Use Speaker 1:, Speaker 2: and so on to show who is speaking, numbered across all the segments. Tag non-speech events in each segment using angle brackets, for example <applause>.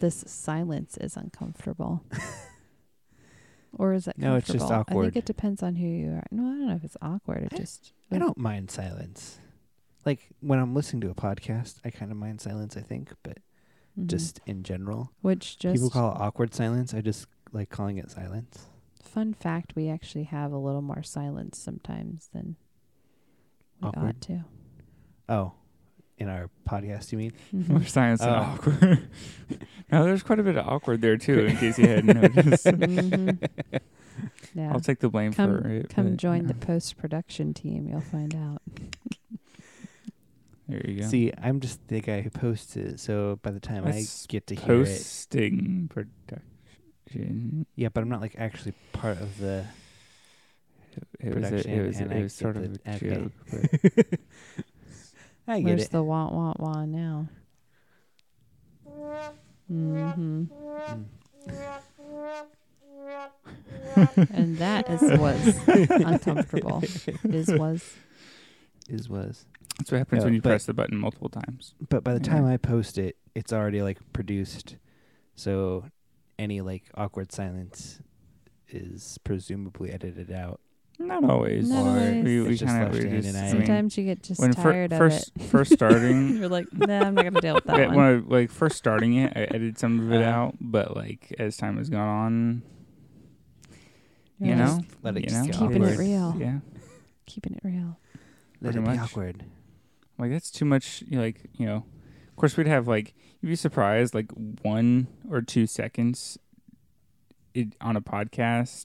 Speaker 1: This silence is
Speaker 2: <laughs>
Speaker 1: uncomfortable. or is it
Speaker 2: No, it's just
Speaker 1: comfortable? I
Speaker 2: awkward.
Speaker 1: think it depends on who you are. No, I don't know if it's awkward. It just
Speaker 2: I
Speaker 3: Mm.
Speaker 2: don't mind silence. Like when I'm listening to a podcast, I kind of mind silence, I think, but
Speaker 3: Mm-hmm.
Speaker 1: Mhm.
Speaker 2: just in general.
Speaker 1: which just
Speaker 2: People call it awkward silence. I just like calling it silence.
Speaker 1: fun fact we actually have a little more silence sometimes than we
Speaker 2: Awkward.
Speaker 1: ought
Speaker 2: <laughs>
Speaker 1: to.
Speaker 2: Oh, in our podcast, you mean?
Speaker 1: Mhm.
Speaker 3: More science and
Speaker 2: Oh.
Speaker 3: awkward. <laughs> now there's quite a bit of awkward there too, in case you hadn't
Speaker 2: <laughs>
Speaker 3: noticed.
Speaker 2: Mm-hmm.
Speaker 1: Mhm. Yeah.
Speaker 3: I'll take the blame
Speaker 1: Come-
Speaker 3: for it.
Speaker 1: Come
Speaker 3: but,
Speaker 1: join
Speaker 2: <laughs>
Speaker 3: yeah.
Speaker 1: the post production team. You'll find out.
Speaker 3: There you go.
Speaker 2: See, I'm just the guy who posts it, so by the time I
Speaker 3: That's
Speaker 2: get to hear it,
Speaker 3: Posting production.
Speaker 2: yeah, but I'm not like actually part of the.
Speaker 3: It was a,
Speaker 2: Production
Speaker 3: it was
Speaker 2: and
Speaker 3: a,
Speaker 2: I
Speaker 3: it was sort
Speaker 2: get
Speaker 3: of
Speaker 2: the-
Speaker 3: a
Speaker 2: okay.
Speaker 3: joke. But
Speaker 2: <laughs> I get
Speaker 1: Where's
Speaker 2: it.
Speaker 1: the wah wah wah now? hmm
Speaker 2: Mm.
Speaker 1: and that is was uncomfortable. Is was
Speaker 2: Is was,
Speaker 3: that's what happens
Speaker 2: No,
Speaker 3: when you
Speaker 2: but-
Speaker 3: press the button multiple times.
Speaker 2: but by the
Speaker 3: Yeah.
Speaker 2: time I post it, it's already like produced, so any like awkward silence is presumably edited out.
Speaker 3: Not always. <laughs>
Speaker 1: Not
Speaker 2: Or
Speaker 1: always.
Speaker 3: We, we
Speaker 2: It's just
Speaker 3: kind
Speaker 2: left
Speaker 3: of we
Speaker 2: in
Speaker 3: just
Speaker 2: and
Speaker 3: I
Speaker 2: out.
Speaker 3: mean,
Speaker 1: sometimes you get just
Speaker 3: when fir-
Speaker 1: tired
Speaker 3: first
Speaker 1: of it.
Speaker 3: first
Speaker 1: <laughs>
Speaker 3: starting
Speaker 1: You're like, nah, I'm not gonna deal with that
Speaker 3: Yeah,
Speaker 1: one.
Speaker 3: when I like first starting it, I edited some of it
Speaker 2: Uh-huh.
Speaker 3: out, but like as time has gone on,
Speaker 1: You're
Speaker 3: you
Speaker 1: like,
Speaker 3: know,
Speaker 2: Let it
Speaker 3: you
Speaker 2: just
Speaker 3: know,
Speaker 2: get
Speaker 1: Keeping it
Speaker 2: awkward.
Speaker 1: real.
Speaker 3: yeah,
Speaker 1: keeping it real.
Speaker 2: Let
Speaker 3: Pretty
Speaker 2: it be
Speaker 3: much.
Speaker 2: awkward.
Speaker 3: like that's too much. You know, like you know, of course we'd have like you'd be surprised, like one or two seconds it, on a podcast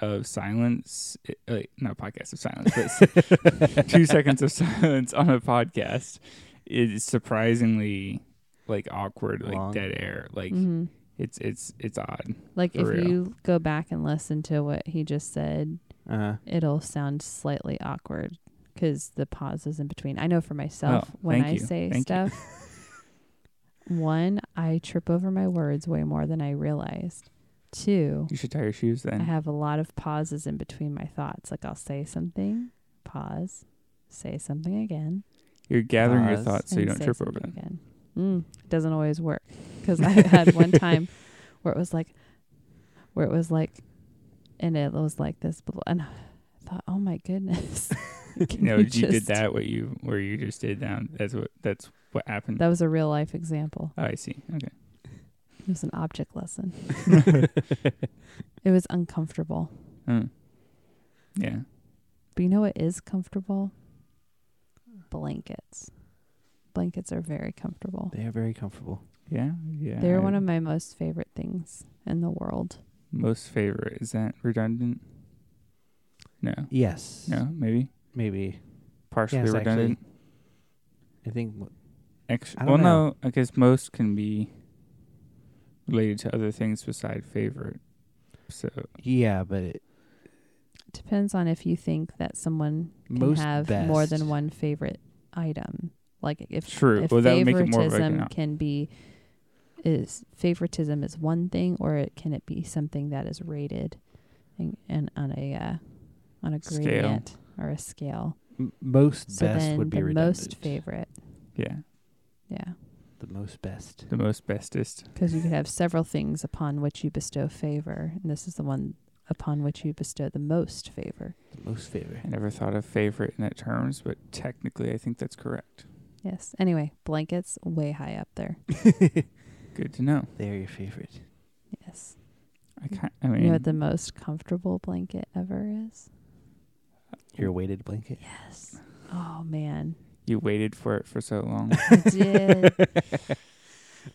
Speaker 3: of silence, it, like, not podcast of silence, but s- two seconds of silence on a podcast is surprisingly like awkward, like
Speaker 2: Long.
Speaker 3: dead air, like
Speaker 1: hmm
Speaker 3: it's it's it's odd.
Speaker 1: Like
Speaker 3: for
Speaker 1: if
Speaker 3: real.
Speaker 1: you go back and listen to what he just said,
Speaker 2: Uh huh.
Speaker 1: it'll sound slightly awkward because the pauses in between. I know for myself
Speaker 3: Oh,
Speaker 1: when
Speaker 3: thank
Speaker 1: I
Speaker 3: you.
Speaker 1: say
Speaker 3: Thank you.
Speaker 1: stuff.
Speaker 3: <laughs>
Speaker 1: One, I trip over my words way more than I realized. Two,
Speaker 3: You should tie your shoes then.
Speaker 1: I have a lot of pauses in between my thoughts. Like I'll say something, pause, say something again,
Speaker 3: You're gathering your
Speaker 2: Pause.
Speaker 3: thoughts so you
Speaker 1: and
Speaker 3: don't
Speaker 1: say
Speaker 3: trip over
Speaker 1: something
Speaker 3: them.
Speaker 1: again. Mm, it doesn't always work because I had
Speaker 3: <laughs>
Speaker 1: one time where it was like, where it was like, and it was like this, bl- and I thought, oh my goodness, <laughs> Can
Speaker 3: No,
Speaker 1: we
Speaker 3: <laughs> you did
Speaker 1: just-
Speaker 3: that. What you where you just did down. That's what that's what happened.
Speaker 1: That was a real life example.
Speaker 3: oh, I see. Okay.
Speaker 1: It was an object
Speaker 3: <laughs>
Speaker 1: lesson. <laughs> It was uncomfortable,
Speaker 3: Mm. Yeah.
Speaker 1: but you know what is comfortable? Blankets. Blankets are very comfortable.
Speaker 2: They are very comfortable.
Speaker 3: Yeah. Yeah.
Speaker 1: They're
Speaker 3: I-
Speaker 1: one of my most favorite things in the world.
Speaker 3: most favorite. Is that redundant? No.
Speaker 2: Yes.
Speaker 3: No. Maybe
Speaker 2: Maybe.
Speaker 3: partially
Speaker 2: Yes, actually.
Speaker 3: redundant.
Speaker 2: I think. w-
Speaker 3: Ex-
Speaker 2: I
Speaker 3: well,
Speaker 2: don't know.
Speaker 3: no. I guess most can be related to other things beside favorite. So
Speaker 2: Yeah, but it,
Speaker 1: Depends on if you think that someone can
Speaker 2: most
Speaker 1: have more
Speaker 2: best-
Speaker 1: than one favorite item. Like if
Speaker 3: true.
Speaker 1: if
Speaker 3: well, that would make it more of like
Speaker 1: favoritism
Speaker 3: an,
Speaker 1: can be is favoritism is one thing or it can it be something that is rated and, and on a uh, on a
Speaker 3: Scale.
Speaker 1: gradient or a scale.
Speaker 2: m- most
Speaker 1: So
Speaker 2: best
Speaker 1: then
Speaker 2: would be
Speaker 1: the
Speaker 2: redundant.
Speaker 1: most favorite.
Speaker 3: yeah
Speaker 1: Yeah.
Speaker 2: The most best.
Speaker 3: the most bestest.
Speaker 1: Because you could have several things upon which you bestow favor, and this is the one upon which you bestow the most favor.
Speaker 2: The most
Speaker 1: <laughs>
Speaker 2: favorite.
Speaker 3: I never thought of favorite in that terms, but technically, I think that's correct.
Speaker 1: Yes. Anyway, blankets way high up there.
Speaker 3: Good to know.
Speaker 2: They're your favorite.
Speaker 1: Yes.
Speaker 3: I can't. I mean,
Speaker 1: You know what the most comfortable blanket ever is?
Speaker 2: Your weighted blanket.
Speaker 1: Yes. Oh man,
Speaker 3: you waited for it for so
Speaker 1: <laughs>
Speaker 3: long.
Speaker 1: I
Speaker 2: <laughs>
Speaker 1: did.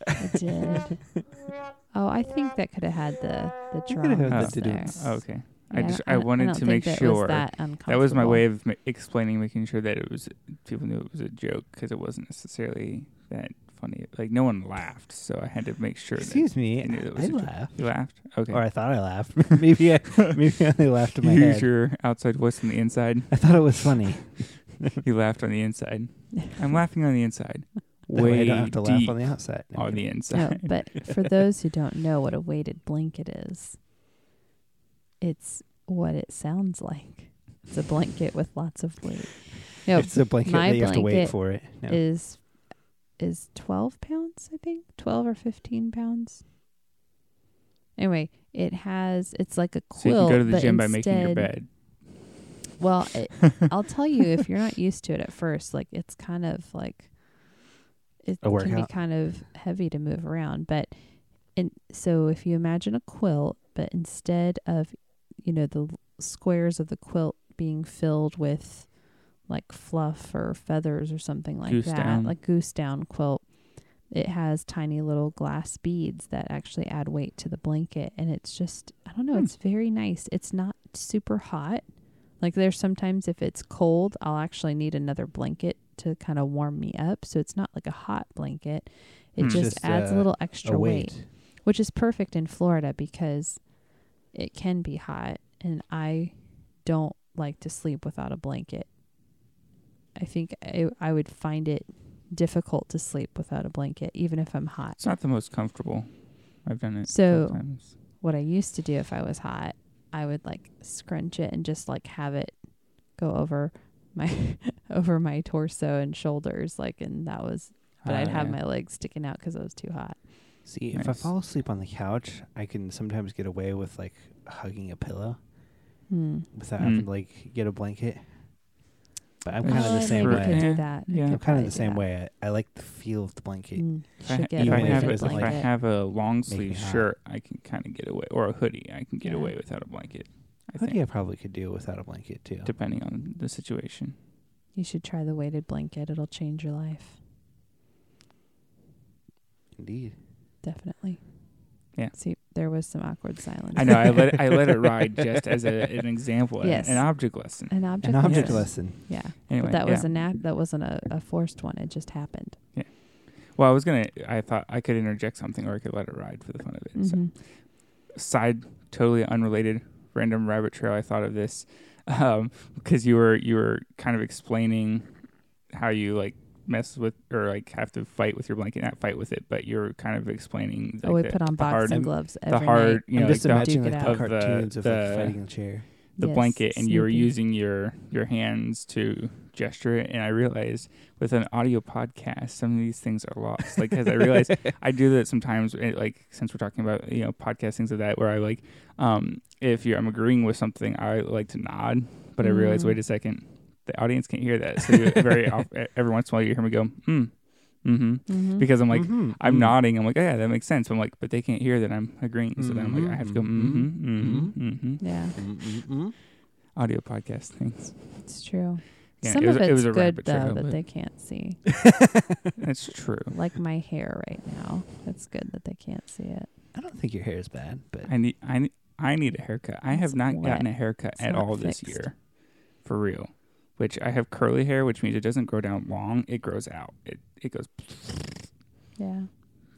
Speaker 1: I did. Oh, I think that could have had the the
Speaker 2: could have had
Speaker 1: drums
Speaker 2: the
Speaker 1: there.
Speaker 2: didoots.
Speaker 3: Oh, okay, I
Speaker 1: Yeah,
Speaker 3: just
Speaker 1: don't-
Speaker 3: I wanted
Speaker 1: don't
Speaker 3: to make
Speaker 1: think that
Speaker 3: sure
Speaker 1: was that,
Speaker 3: that was my
Speaker 1: uncomfortable. <laughs>
Speaker 3: way of ma- explaining, making sure that it was people knew it was a joke because it wasn't necessarily that funny. Like no one laughed, so I had to make sure
Speaker 2: Excuse me.
Speaker 3: I knew that
Speaker 2: I,
Speaker 3: was a joke.
Speaker 2: laughed.
Speaker 3: that you laughed. Okay,
Speaker 2: Or I thought I laughed. <laughs> maybe I maybe I only laughed in my
Speaker 3: <laughs> you use
Speaker 2: head.
Speaker 3: your outside voice on the inside.
Speaker 2: I thought it was
Speaker 3: <laughs>
Speaker 2: funny.
Speaker 3: you laughed on the inside. I'm laughing on the inside.
Speaker 2: <laughs> That
Speaker 3: Way
Speaker 2: way I don't have to
Speaker 3: deep
Speaker 2: laugh on the outside. No,
Speaker 3: on
Speaker 2: I'm
Speaker 3: the <laughs>
Speaker 1: No,
Speaker 3: inside.
Speaker 1: Oh, but for those who don't know what a weighted blanket is, it's what it sounds like. It's a blanket with lots of weight. No,
Speaker 2: kidding. it's a blanket
Speaker 1: my
Speaker 2: that you have to wait
Speaker 1: blanket
Speaker 2: for it. No.
Speaker 1: is is 12 pounds, I think, 12 or 15 pounds. Anyway, it has, it's like a
Speaker 3: So you
Speaker 1: quilt.
Speaker 3: can go to the
Speaker 1: but
Speaker 3: gym by making your
Speaker 1: instead-
Speaker 3: bed.
Speaker 1: Well,
Speaker 3: <laughs>
Speaker 1: it, I'll tell you if you're not used to it at first, like it's kind of like it
Speaker 2: A
Speaker 1: can be
Speaker 2: workout.
Speaker 1: kind of heavy to move around. But and so if you imagine a quilt, but instead of you know the l- squares of the quilt being filled with like fluff or feathers or something like
Speaker 3: Goose
Speaker 1: that,
Speaker 3: down.
Speaker 1: like goose down quilt. It has tiny little glass beads that actually add weight to the blanket, and it's just I don't know,
Speaker 3: Hmm.
Speaker 1: it's very nice. It's not super hot, like there's sometimes if it's cold, I'll actually need another blanket to kind of warm me up. So it's not like a hot blanket. It
Speaker 3: Hmm.
Speaker 1: just,
Speaker 2: Just,
Speaker 1: adds a
Speaker 2: uh,
Speaker 1: little
Speaker 2: A
Speaker 1: extra weight.
Speaker 2: weight.
Speaker 1: which is perfect in Florida because it can be hot and I don't like to sleep without a blanket. I think I, I would find it difficult to sleep without a blanket even if I'm hot.
Speaker 3: It's not the most comfortable. I've done it. a
Speaker 1: So-
Speaker 3: couple times.
Speaker 1: what I used to do if I was hot, I would like scrunch it and just like have it go over my <laughs> over my torso and shoulders like and that was but I'd
Speaker 3: Ah,
Speaker 1: have
Speaker 3: yeah.
Speaker 1: my legs sticking out cuz I was too hot.
Speaker 2: See, if I
Speaker 3: Nice.
Speaker 2: fall asleep on the couch, I can sometimes get away with like hugging a pillow
Speaker 1: Hmm.
Speaker 2: without
Speaker 3: Mm.
Speaker 2: having to like get a blanket. But I'm
Speaker 3: Oh,
Speaker 2: kind of the
Speaker 3: I
Speaker 2: same
Speaker 1: maybe
Speaker 3: see.
Speaker 1: I could
Speaker 2: way.
Speaker 1: do
Speaker 3: Yeah,
Speaker 1: that. I
Speaker 3: yeah.
Speaker 1: could
Speaker 2: I'm kind
Speaker 1: probably
Speaker 2: of the
Speaker 1: do
Speaker 2: same
Speaker 1: that.
Speaker 2: way. I, I like the feel of the blanket.
Speaker 1: Mm.
Speaker 3: If I,
Speaker 1: Should
Speaker 3: ha-
Speaker 1: get
Speaker 3: if I
Speaker 1: away
Speaker 3: have,
Speaker 1: with
Speaker 2: it
Speaker 1: a
Speaker 3: if I
Speaker 1: blanket.
Speaker 3: have a long
Speaker 2: Make
Speaker 3: sleeve
Speaker 2: it hot.
Speaker 3: shirt, I can kind of get away, or a hoodie, I can get
Speaker 1: Yeah.
Speaker 3: away without a blanket. I
Speaker 2: I think
Speaker 3: think,
Speaker 2: I probably could do without a blanket too.
Speaker 3: depending on the situation.
Speaker 1: You should try the weighted blanket. It'll change your life.
Speaker 2: Indeed.
Speaker 1: Definitely.
Speaker 3: Yeah.
Speaker 1: See, there was some awkward silence.
Speaker 3: <laughs> I know I let I let it ride just as a, an example, an-
Speaker 1: Yes.
Speaker 3: an object lesson.
Speaker 1: <laughs> An object.
Speaker 2: An object
Speaker 3: Yes.
Speaker 2: lesson.
Speaker 1: Yeah.
Speaker 3: Anyway,
Speaker 1: But that
Speaker 3: yeah.
Speaker 1: was a nat- that wasn't a, a forced one. It just happened.
Speaker 3: well, I was gonna. I thought I could interject something, or I could let it ride for the fun of it. So,
Speaker 1: Mhm.
Speaker 3: side, totally unrelated, random rabbit trail. I thought of this <laughs> um, because you were you were kind of explaining how you like mess with or like have to fight with your blanket, not fight with it, but you're kind of explaining. Like,
Speaker 1: oh, we
Speaker 3: the,
Speaker 1: put on
Speaker 3: the hard,
Speaker 1: boxing gloves every
Speaker 3: the hard,
Speaker 1: night.
Speaker 3: you know,
Speaker 2: I'm just
Speaker 3: like the,
Speaker 2: imagining
Speaker 1: Duke
Speaker 2: like
Speaker 1: it
Speaker 2: the
Speaker 3: out. Of the-
Speaker 2: cartoons of
Speaker 3: the-
Speaker 2: like fighting the chair.
Speaker 3: the
Speaker 1: Yes,
Speaker 3: blanket and you were
Speaker 1: sneaking.
Speaker 3: using your your hands to gesture it and i realized with an audio podcast some of these things are lost like because i realized i do that sometimes eh, like since we're talking about you know podcast things of that where i like um if you're i'm agreeing with something i like to nod but i realized
Speaker 1: Mm.
Speaker 3: wait a second the audience can't hear that so you very off, eh, every once in a while you hear me go hmm mm-hmm
Speaker 1: Mhm.
Speaker 3: because i'm like
Speaker 2: Mhm,
Speaker 3: I'm
Speaker 2: mhm.
Speaker 3: nodding. I'm like, "Oh, yeah, that makes sense. I'm like, but they can't hear that I'm agreeing. So then I'm like,
Speaker 2: Mhm,
Speaker 3: I have to go,
Speaker 2: mhm,
Speaker 3: mm-hmm, mm-hmm, mm-hmm.
Speaker 1: Yeah,
Speaker 2: Mm, mm, mm.
Speaker 3: Audio podcast things.
Speaker 1: it's true.
Speaker 3: Yeah,
Speaker 1: Some
Speaker 3: it was-
Speaker 1: of
Speaker 3: it
Speaker 1: it's
Speaker 3: was a
Speaker 1: good
Speaker 3: rabbit
Speaker 1: though
Speaker 3: trail,
Speaker 1: that
Speaker 3: but-
Speaker 1: they can't see,
Speaker 3: <laughs> That's true.
Speaker 1: like my hair right now. It's good that they can't see it.
Speaker 2: I don't think your hair is bad, but
Speaker 3: I need I need, I need a haircut. I
Speaker 1: It's
Speaker 3: have not
Speaker 1: wet.
Speaker 3: gotten a haircut
Speaker 1: It's
Speaker 3: at
Speaker 1: not
Speaker 3: all this
Speaker 1: fixed.
Speaker 3: year, for real. Which I have curly hair, which means it doesn't grow down long. It grows out. It it goes
Speaker 1: Yeah,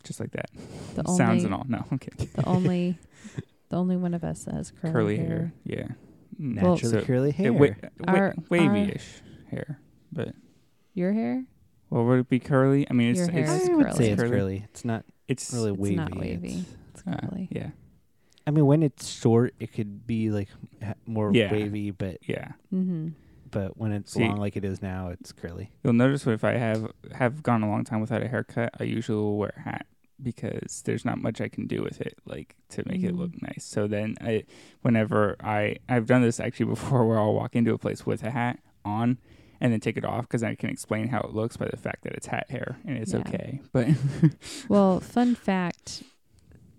Speaker 3: just like that.
Speaker 1: the
Speaker 3: Sounds
Speaker 1: only
Speaker 3: and all. No, I'm kidding.
Speaker 1: the only
Speaker 3: <laughs>
Speaker 1: the only one of us that has curly,
Speaker 3: curly
Speaker 1: hair.
Speaker 3: hair. Yeah.
Speaker 1: Well-
Speaker 2: naturally
Speaker 3: So
Speaker 2: curly hair.
Speaker 3: It, wa- wa-
Speaker 1: Our-
Speaker 3: wavy-ish hair, but
Speaker 1: Your hair?
Speaker 3: well, would it be curly? I mean, it's
Speaker 1: Your
Speaker 3: it's,
Speaker 1: hair
Speaker 2: I
Speaker 1: is
Speaker 2: would say it's
Speaker 3: curly.
Speaker 2: curly. It's not
Speaker 3: it's
Speaker 2: really
Speaker 1: It's
Speaker 2: wavy.
Speaker 1: not wavy. It's
Speaker 3: uh,
Speaker 1: curly.
Speaker 3: yeah,
Speaker 2: I mean, when it's short, it could be like ha- more
Speaker 3: Yeah.
Speaker 2: wavy, but
Speaker 3: yeah.
Speaker 1: Mm-hmm.
Speaker 2: but when it's
Speaker 3: See-
Speaker 2: long like it is now, it's curly.
Speaker 3: You'll notice if I have have gone a long time without a haircut, I usually will wear a hat because there's not much I can do with it, like to make it
Speaker 1: Mhm.
Speaker 3: look nice. So then, I whenever I I've done this actually <laughs> before, where I'll walk into a place with a hat on and then take it off because I can explain how it looks by the fact that it's hat hair and it's
Speaker 1: Yeah.
Speaker 3: okay. But <laughs>
Speaker 1: Well, fun fact,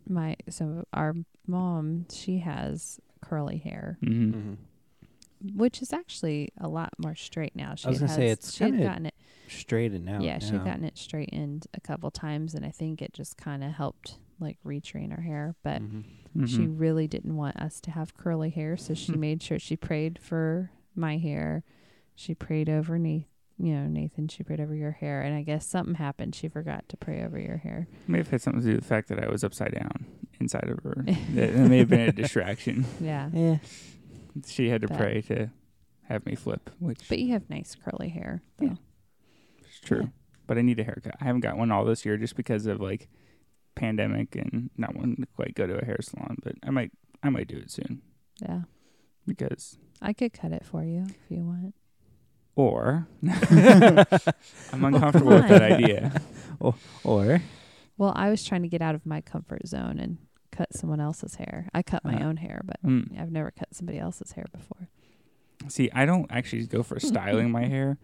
Speaker 1: my so our mom, she has curly hair,
Speaker 3: Mhm.
Speaker 2: Mm-hmm.
Speaker 1: which is actually a lot more straight now. She
Speaker 2: was gonna
Speaker 1: has,
Speaker 2: say, it's
Speaker 1: she had
Speaker 2: kinda
Speaker 1: gotten it
Speaker 2: Straightened out.
Speaker 1: yeah, she
Speaker 2: now.
Speaker 1: had gotten it straightened a couple times and I think it just kinda helped like retrain her hair. But
Speaker 2: Mhm.
Speaker 1: she
Speaker 3: Mhm.
Speaker 1: really didn't want us to have curly hair, so she
Speaker 3: Hmm.
Speaker 1: made sure she prayed for my hair. She prayed over Nathan you know, Nathan, she prayed over your hair and I guess something happened. She forgot to pray over your hair.
Speaker 3: may have had something to do with the fact that I was upside down inside of
Speaker 1: <laughs>
Speaker 3: her. that, that may have been a distraction.
Speaker 1: Yeah.
Speaker 2: Yeah.
Speaker 3: She had to
Speaker 1: But-
Speaker 3: pray to have me flip, which
Speaker 1: But you have nice curly hair though.
Speaker 3: Yeah. It's true.
Speaker 2: Yeah.
Speaker 3: But I need a haircut. I haven't got one all this year just because of like pandemic and not wanting to quite go to a hair salon, but I might I might do it soon
Speaker 1: Yeah.
Speaker 3: because
Speaker 1: I could cut it for you if you want.
Speaker 3: Or
Speaker 2: <laughs>
Speaker 3: <laughs> I'm uncomfortable with that
Speaker 1: Why?
Speaker 3: idea.
Speaker 2: Or
Speaker 1: Well, I was trying to get out of my comfort zone and cut someone else's hair. I cut my
Speaker 3: Uh,
Speaker 1: own hair, but
Speaker 3: Mm.
Speaker 1: I've never cut somebody else's hair before.
Speaker 3: See, I don't actually go for styling my hair.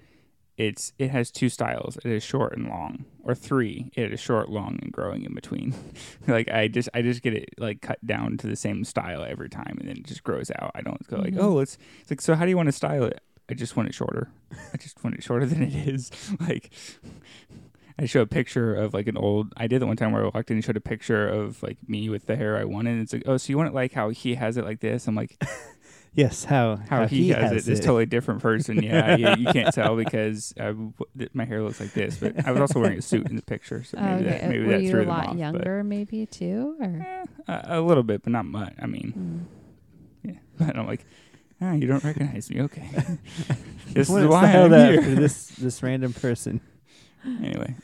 Speaker 3: It's it has two styles. It is short and long, or three. It is short, long, and growing in between. <laughs> like I just I just get it like cut down to the same style every time, and then it just grows out. I don't go like
Speaker 1: Mhm.
Speaker 3: oh let's it's like so how do you want to style it? I just want it shorter. I just want it shorter than it <laughs> is. like I show a picture of like an old. I did that one time where I walked in and showed a picture of like me with the hair I wanted. And it's like oh so you want it like how he has it like this? I'm like
Speaker 2: yes, how
Speaker 3: how, he, has, it is totally different person. Yeah, you, you <laughs> can't tell because uh, w- th- my hair looks like this. But I was also wearing a suit in the picture, so maybe
Speaker 1: Oh, okay.
Speaker 3: that maybe
Speaker 1: Were
Speaker 3: that
Speaker 1: you
Speaker 3: threw
Speaker 1: a
Speaker 3: them
Speaker 1: lot
Speaker 3: off.
Speaker 1: younger, maybe too,
Speaker 3: But,
Speaker 2: Mm.
Speaker 1: or
Speaker 3: eh, a, a little bit, but not much. I mean,
Speaker 1: Hmm.
Speaker 3: yeah. <laughs> But I'm like, ah, you don't recognize me. <laughs> Okay,
Speaker 2: This
Speaker 3: this is why
Speaker 2: styled
Speaker 3: I'm
Speaker 2: after
Speaker 3: here.
Speaker 2: <laughs> this this random person.
Speaker 3: <laughs> Anyway,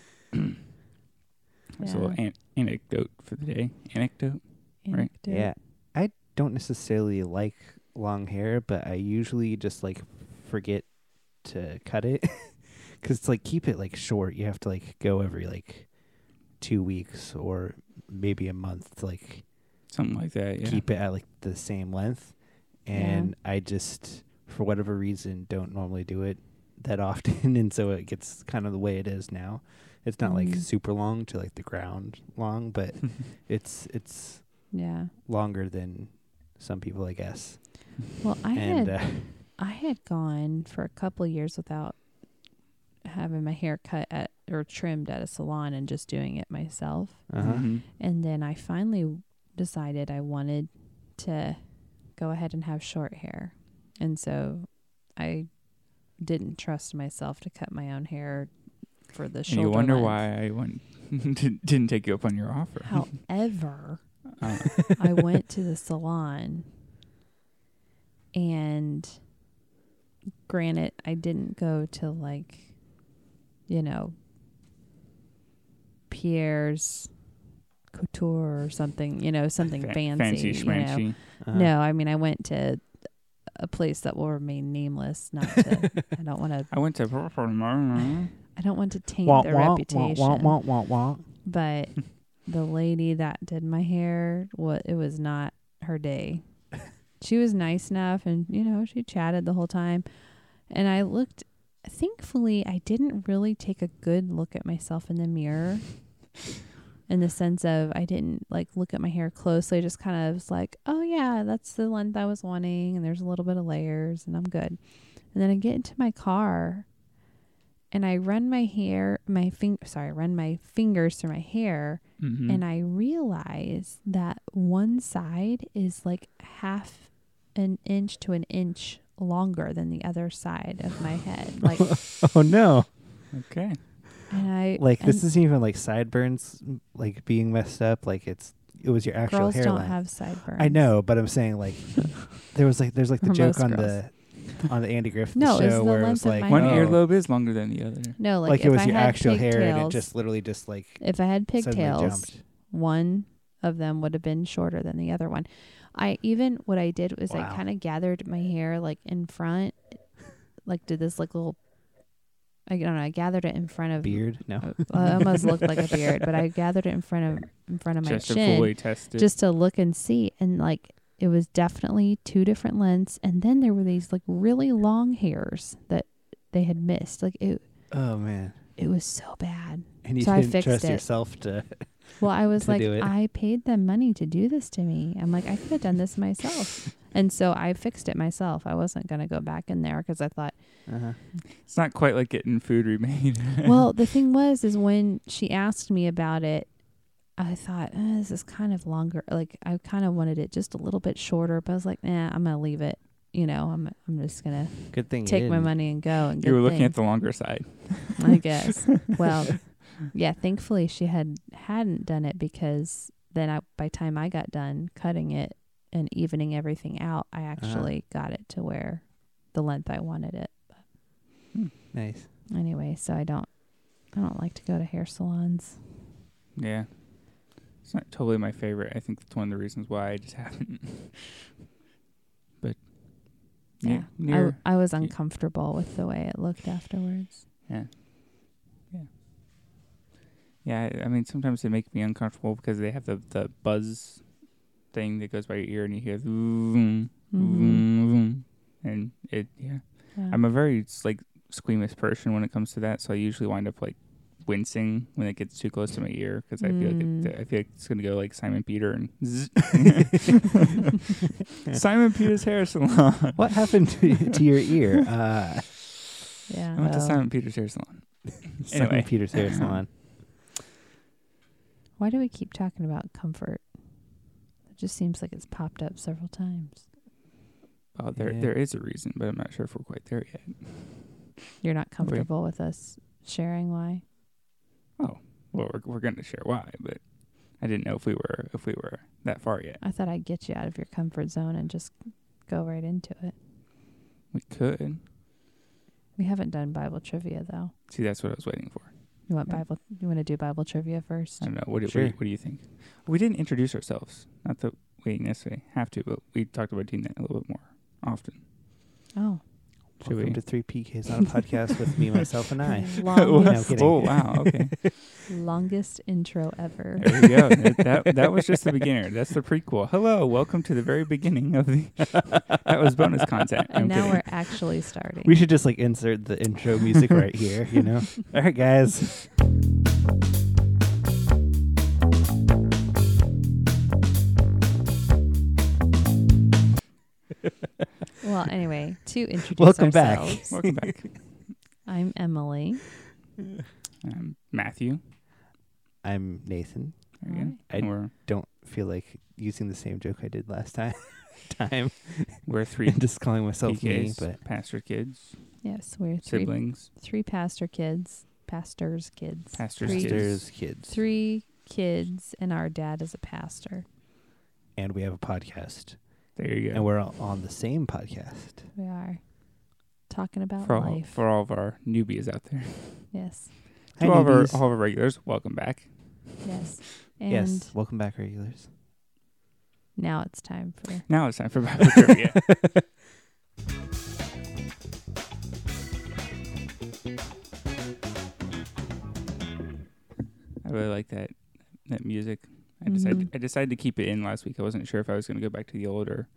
Speaker 3: that's a little
Speaker 1: Yeah.
Speaker 3: an- anecdote for the day. Anecdote. right.
Speaker 1: Anecdote.
Speaker 2: Yeah, I don't necessarily like long hair, but I usually just like forget to cut it <laughs> because it's like keep it like short. You have to like go every like two weeks or maybe a month to like
Speaker 3: Something like that. Yeah.
Speaker 2: keep it at like the same length.
Speaker 1: Yeah.
Speaker 2: And I just, for whatever reason, don't normally do it that often, <laughs> and so it gets kind of the way it is now. It's not like
Speaker 1: Mhm.
Speaker 2: super long to like the ground long, but it's it's
Speaker 1: Yeah.
Speaker 2: longer than some people, I guess.
Speaker 1: Well, I had <laughs>
Speaker 2: and uh,
Speaker 1: I had gone for a couple years without having my hair cut at or trimmed at a salon and just doing it myself.
Speaker 2: uh-huh.
Speaker 3: Mhm.
Speaker 1: And then I finally decided I wanted to go ahead and have short hair. And so I didn't trust myself to cut my own hair for the
Speaker 3: And
Speaker 1: shoulder.
Speaker 3: you wonder
Speaker 1: length.
Speaker 3: why I went <laughs> didn't didn't take you up on your offer.
Speaker 1: However,
Speaker 3: Uh,
Speaker 1: I went to the salon and granted I didn't go to like you know Pierre's couture or something, you know, something
Speaker 3: fa-
Speaker 1: fancy.
Speaker 3: fancy
Speaker 1: you know.
Speaker 3: schmancy.
Speaker 2: uh-huh.
Speaker 1: No, I mean I went to a place that will remain nameless, not to I don't want to
Speaker 3: I went to
Speaker 1: I don't want to taint
Speaker 2: Wah,
Speaker 1: their
Speaker 2: wah, wah,
Speaker 1: reputation.
Speaker 2: wah, wah, wah, <laughs> wah.
Speaker 1: but the lady that did my hair what it was not her day she was nice enough and you know she chatted the whole time and i looked thankfully i didn't really take a good look at myself in the mirror in the sense of i didn't like look at my hair closely I just kind of was like oh yeah that's the length i was wanting and there's a little bit of layers and i'm good and then i get into my car and i run my hair my fing sorry run my fingers through my hair
Speaker 3: Mhm.
Speaker 2: Mm.
Speaker 1: and I realize that one side is like half an inch to an inch longer than the other side of my
Speaker 2: <laughs>
Speaker 1: head. Like,
Speaker 2: Oh no!
Speaker 3: okay.
Speaker 1: and I
Speaker 2: Like this
Speaker 1: and
Speaker 2: isn't even like sideburns like being messed up. Like it's it was your actual
Speaker 1: girls
Speaker 2: hairline.
Speaker 1: don't have sideburns.
Speaker 2: I know, but I'm
Speaker 1: <laughs>
Speaker 2: saying like there was like there's like the
Speaker 1: For
Speaker 2: joke
Speaker 1: most
Speaker 2: on
Speaker 1: girls.
Speaker 2: the <laughs> on the Andy Griffith
Speaker 1: No, it's
Speaker 2: show
Speaker 1: the
Speaker 2: where it
Speaker 1: length
Speaker 2: was
Speaker 1: of
Speaker 2: like
Speaker 1: my
Speaker 3: One
Speaker 1: know. hair.
Speaker 3: earlobe is longer than the other.
Speaker 1: No, like,
Speaker 2: like, it
Speaker 1: if
Speaker 2: was
Speaker 1: I
Speaker 2: your
Speaker 1: had
Speaker 2: actual hair and it
Speaker 1: pigtails-
Speaker 2: just literally just like
Speaker 1: if I had
Speaker 2: suddenly
Speaker 1: pigtails,
Speaker 2: jumped.
Speaker 1: one of them would have been shorter than the other one. I even what I did was I
Speaker 2: Wow.
Speaker 1: kind of gathered my hair like in front, like did this like little. I don't know. I gathered it in front of
Speaker 2: beard. No,
Speaker 1: Uh, I almost looked like a beard, but I gathered it in front of in front of my
Speaker 3: Just to
Speaker 1: chin
Speaker 3: fully test it.
Speaker 1: just to look and see, and like it was definitely two different lengths. And then there were these like really long hairs that they had missed. Like it,
Speaker 2: oh man,
Speaker 1: it was so bad.
Speaker 2: and you
Speaker 1: So I
Speaker 2: didn't
Speaker 1: fixed
Speaker 2: trust
Speaker 1: it.
Speaker 2: yourself to.
Speaker 1: Well, I was
Speaker 2: To
Speaker 1: like,
Speaker 2: do it.
Speaker 1: I paid them money to do this to me. I'm like, I could have done this myself. And so I fixed it myself. I wasn't gonna go back in there because I thought.
Speaker 2: Uh-huh.
Speaker 3: <laughs> it's not quite like getting food remade.
Speaker 1: <laughs> Well, the thing was, is when she asked me about it, I thought eh, this is kind of longer. Like I kind of wanted it just a little bit shorter, but I was like, nah, I'm gonna leave it. You know, I'm I'm just gonna
Speaker 2: Good thing
Speaker 1: take
Speaker 2: you
Speaker 1: my
Speaker 2: didn't.
Speaker 1: money and go. And
Speaker 3: <laughs> you were
Speaker 1: good
Speaker 3: looking
Speaker 1: thing,
Speaker 3: at the longer side. <laughs>
Speaker 1: I guess. Well, yeah. Thankfully, she had hadn't done it because then I, by the time I got done cutting it and evening everything out,
Speaker 3: Uh-huh.
Speaker 1: I actually got it to where the length I wanted it.
Speaker 2: Nice.
Speaker 1: Anyway, so I don't I don't like to go to hair salons.
Speaker 3: Yeah. It's not totally my <laughs> favorite. I think that's one of the reasons why I just haven't. but
Speaker 1: Yeah. I w-
Speaker 3: Near,
Speaker 1: I, was uncomfortable with the way it looked afterwards.
Speaker 3: yeah. I- I mean, sometimes they make me uncomfortable because they have the, the buzz thing that goes by your ear and you hear
Speaker 1: Mhm.
Speaker 3: vroom, vroom, vroom. and it. Yeah.
Speaker 1: Mm-hmm. Yeah.
Speaker 3: Mm-hmm. I'm a very s- like squeamish person when it comes to that, so I usually wind up like wincing when it gets too close to my ear because I feel
Speaker 1: Mm.
Speaker 3: like it, I feel like it's gonna go like Simon Peter and
Speaker 1: <laughs>
Speaker 3: zzz. <laughs> Simon Peter's hair salon. <laughs>
Speaker 2: What happened to, to your ear? Uh,
Speaker 1: yeah.
Speaker 3: I went to
Speaker 1: Well,
Speaker 3: Simon Peter's hair salon.
Speaker 2: Simon
Speaker 3: Anyway.
Speaker 2: Peter's hair salon.
Speaker 1: Why do we keep talking about comfort? It just seems like it's popped up several times.
Speaker 3: Oh, there
Speaker 2: Yeah.
Speaker 3: there is a reason, but I'm not sure if we're quite there yet.
Speaker 1: You're not comfortable with us sharing why?
Speaker 3: Well, we're we're gonna share why, but I didn't know if we were if we were that far yet.
Speaker 1: I thought I'd get you out of your comfort zone and just go right into it.
Speaker 3: We could
Speaker 1: We haven't done Bible trivia though.
Speaker 3: see. That's what I was waiting for.
Speaker 1: You want
Speaker 3: Yeah.
Speaker 1: Bible? You want to do Bible trivia first?
Speaker 3: I don't know. What do,
Speaker 2: Sure.
Speaker 3: what, do you, what do you think? We didn't introduce ourselves. Not that we necessarily have to, but we talked about doing that a little bit more often.
Speaker 1: Oh,
Speaker 3: Should
Speaker 2: Welcome
Speaker 3: we?
Speaker 2: to
Speaker 3: <laughs>
Speaker 2: Three PKs on a podcast with me, myself, and I.
Speaker 1: <laughs> longest,
Speaker 2: kidding.
Speaker 3: oh, wow.
Speaker 2: <laughs>
Speaker 3: Okay.
Speaker 1: longest intro
Speaker 3: <laughs>
Speaker 1: ever.
Speaker 3: There we go. That, that, that was just the beginner. That's the prequel. Hello. Welcome to the very beginning of the. <laughs> that was bonus
Speaker 1: <laughs>
Speaker 3: content.
Speaker 1: And
Speaker 3: I'm
Speaker 1: now
Speaker 3: kidding.
Speaker 1: we're actually starting.
Speaker 2: We should just like insert the intro music right here, you know? All right, guys.
Speaker 1: well, anyway,
Speaker 3: <laughs>
Speaker 1: to introduce
Speaker 2: Welcome back.
Speaker 1: ourselves,
Speaker 3: Welcome back.
Speaker 1: I'm Emily.
Speaker 3: Um, Matthew.
Speaker 2: I'm Nathan.
Speaker 3: There you go.
Speaker 1: Alright.
Speaker 2: I-
Speaker 3: And we're,
Speaker 2: Don't feel like using the same joke I did last time. <laughs> time
Speaker 3: we're three
Speaker 2: and <laughs> just calling myself me,
Speaker 3: PKs,
Speaker 2: but
Speaker 3: pastor kids,
Speaker 1: Yes, we're three
Speaker 3: siblings,
Speaker 1: three pastor kids, pastors kids,
Speaker 3: pastors,
Speaker 1: Three-
Speaker 2: sisters,
Speaker 3: kids.
Speaker 2: kids,
Speaker 1: three kids, and our dad is a pastor.
Speaker 2: and we have a podcast,
Speaker 3: There you
Speaker 2: and
Speaker 3: go.
Speaker 2: we're all on the same podcast.
Speaker 1: We are talking about
Speaker 3: For all,
Speaker 1: life.
Speaker 3: for all of our newbies out there,
Speaker 1: yes,
Speaker 2: Hi,
Speaker 3: to all of, our,
Speaker 2: newbies.
Speaker 3: all of our regulars, welcome back. <laughs>
Speaker 1: yes, and
Speaker 2: yes, welcome back, regulars.
Speaker 1: now it's time for
Speaker 3: Now it's time for Bible trivia. I really like that that music. I decided
Speaker 1: Mhm.
Speaker 3: I decided to keep it in last week. I wasn't sure if I was going to go back to the old or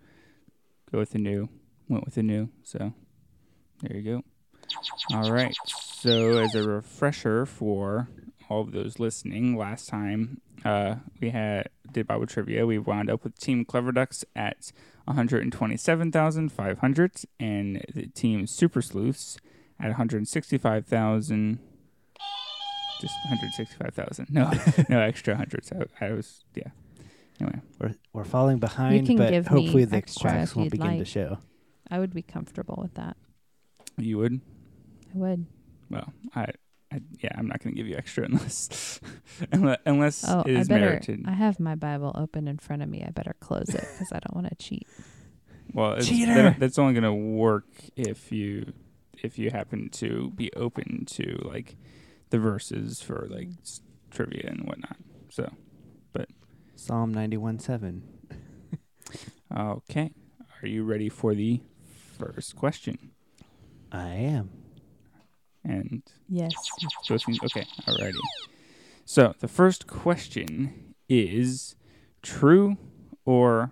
Speaker 3: go with the new. Went with the new. So there you go. All right. So as a refresher for all of those listening, last time uh, we had did Bible trivia. We wound up with Team Clever Ducks at 127,500 and the team Super Sleuths at 165,000. Just 165,000. No, no extra hundreds. I, I was, yeah. Anyway,
Speaker 2: We're, we're falling behind,
Speaker 1: can
Speaker 2: but
Speaker 1: give me
Speaker 2: hopefully the
Speaker 1: extra
Speaker 2: cracks
Speaker 1: if
Speaker 2: won't
Speaker 1: you'd
Speaker 2: begin to
Speaker 1: like.
Speaker 2: show.
Speaker 1: I would be comfortable with that.
Speaker 3: you would?
Speaker 1: I would.
Speaker 3: Well, I, I yeah, I'm not going to give you extra unless <laughs> unless, unless
Speaker 1: Oh,
Speaker 3: it
Speaker 1: I
Speaker 3: is
Speaker 1: better.
Speaker 3: merited.
Speaker 1: I have my Bible open in front of me. I better close it because I don't want to cheat.
Speaker 3: Well, it's,
Speaker 2: Cheater!
Speaker 3: that- that's only gonna work if you if you happen to be open to like the verses for like s- trivia and whatnot. So
Speaker 2: Psalm 91 7.
Speaker 3: okay, are you ready for the first question?
Speaker 2: I am.
Speaker 3: And
Speaker 1: Yes.
Speaker 3: those things. Okay, alrighty. So the first question is true or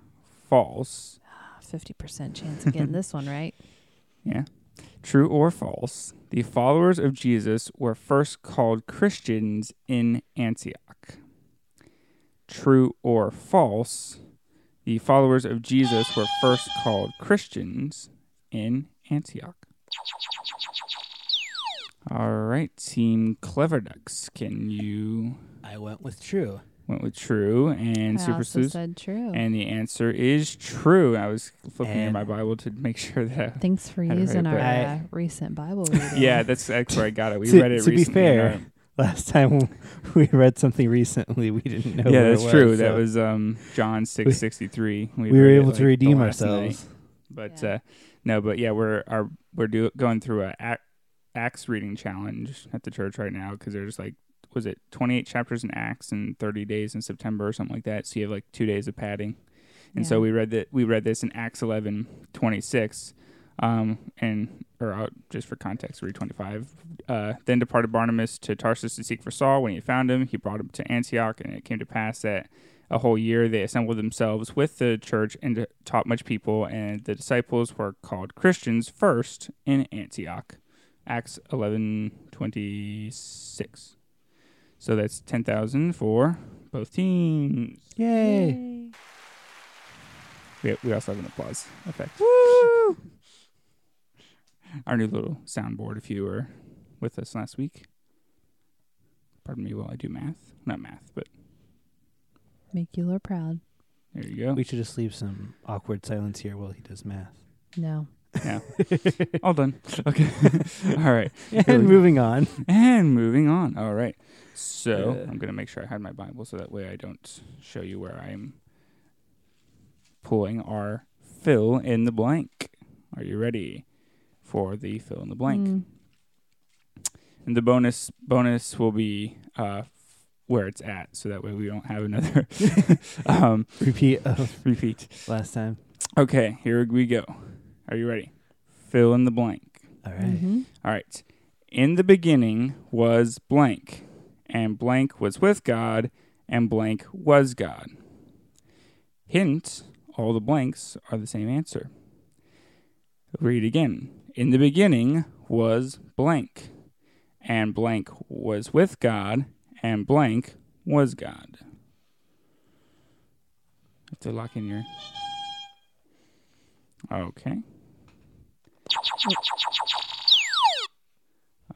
Speaker 3: false?
Speaker 1: Ah, Fifty percent chance of getting
Speaker 3: <laughs>
Speaker 1: this one right.
Speaker 3: Yeah. True or false? The followers of Jesus were first called Christians in Antioch. True or false? The followers of Jesus were first called Christians in Antioch. All right, Team Clever Ducks. Can you
Speaker 2: I went with true.
Speaker 3: went with true and
Speaker 1: I
Speaker 3: super
Speaker 1: also
Speaker 3: sleuth?
Speaker 1: said true.
Speaker 3: And the answer is true. I was flipping in
Speaker 2: And-
Speaker 3: my Bible to make <laughs> sure
Speaker 2: <laughs>
Speaker 3: that
Speaker 1: Thanks for
Speaker 3: Had it
Speaker 1: using
Speaker 3: right,
Speaker 1: our
Speaker 2: but-
Speaker 1: uh, recent Bible reading.
Speaker 3: <laughs> Yeah, that's that's where I got it. We
Speaker 2: To-
Speaker 3: read it
Speaker 2: to be
Speaker 3: recently. in
Speaker 2: fair,
Speaker 3: our-
Speaker 2: <laughs> Last time we read something recently, we didn't know. what
Speaker 3: <laughs> yeah,
Speaker 2: it
Speaker 3: that's true. That
Speaker 2: so
Speaker 3: was um, John six sixty three.
Speaker 2: We were able to redeem ourselves.
Speaker 3: but
Speaker 1: Yeah.
Speaker 3: uh, no, but yeah, we're are we're do, going through a ac- Acts reading challenge at the church right now because there's like was it twenty eight chapters in Acts and thirty days in September or something like that. So you have like two days of padding. And so
Speaker 1: Yeah.
Speaker 3: we read that we read this in Acts 11, 26. Um, and or out just for context, Route 25. Uh, then departed Barnabas to Tarsus to seek for Saul. When he found him, he brought him to Antioch, and it came to pass that a whole year they assembled themselves with the church and taught much people, and the disciples were called Christians first in Antioch. Acts 11:26. So that's 10,000 for both teams.
Speaker 2: Yay!
Speaker 3: We, we also have an applause effect.
Speaker 2: Woo!
Speaker 3: Our new little soundboard, if you were with us last week. Pardon me while I do math. Not math, but
Speaker 1: Make you look proud.
Speaker 3: there you go.
Speaker 2: We should just leave some awkward silence here while he does math.
Speaker 1: No.
Speaker 3: All done.
Speaker 2: <laughs>
Speaker 3: Okay. All right.
Speaker 2: And moving on. <laughs>
Speaker 3: And moving on. All right. So
Speaker 2: Yeah.
Speaker 3: I'm going to make sure I hide my Bible so that way I don't show you where I'm pulling our fill in the blank. Are you ready for the fill in the blank?
Speaker 1: Mm.
Speaker 3: And the bonus bonus will be uh, f- where it's at, so that way we don't have another <laughs> um,
Speaker 2: Repeat of
Speaker 3: repeat.
Speaker 2: last time.
Speaker 3: Okay, here we go. Are you ready? Fill in the blank.
Speaker 2: All right.
Speaker 1: Mhm.
Speaker 3: All right. In the beginning was blank, and blank was with God, and blank was God. Hint all the blanks are the same answer. Read again. In the beginning was blank, and blank was with God, and blank was God. Have to lock in your. Okay.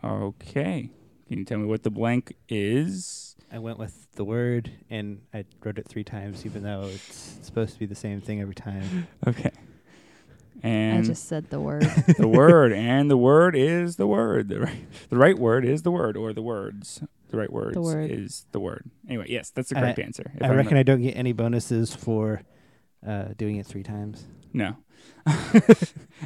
Speaker 3: Okay. Can you tell me what the blank is?
Speaker 2: I went with the word and I wrote it three times, even though it's supposed to be the same thing every time.
Speaker 3: Okay.
Speaker 1: I
Speaker 3: And
Speaker 1: just said the
Speaker 3: <laughs>
Speaker 1: word. <laughs>
Speaker 3: the word, and the word is the word. The right, the right word is the word, or the words. The right words
Speaker 1: word.
Speaker 3: is the word. Anyway, yes, that's the correct answer. If
Speaker 2: I
Speaker 3: I'm
Speaker 2: reckon
Speaker 3: not-
Speaker 2: I don't get any bonuses for uh, doing it three times.
Speaker 3: no.
Speaker 2: <laughs>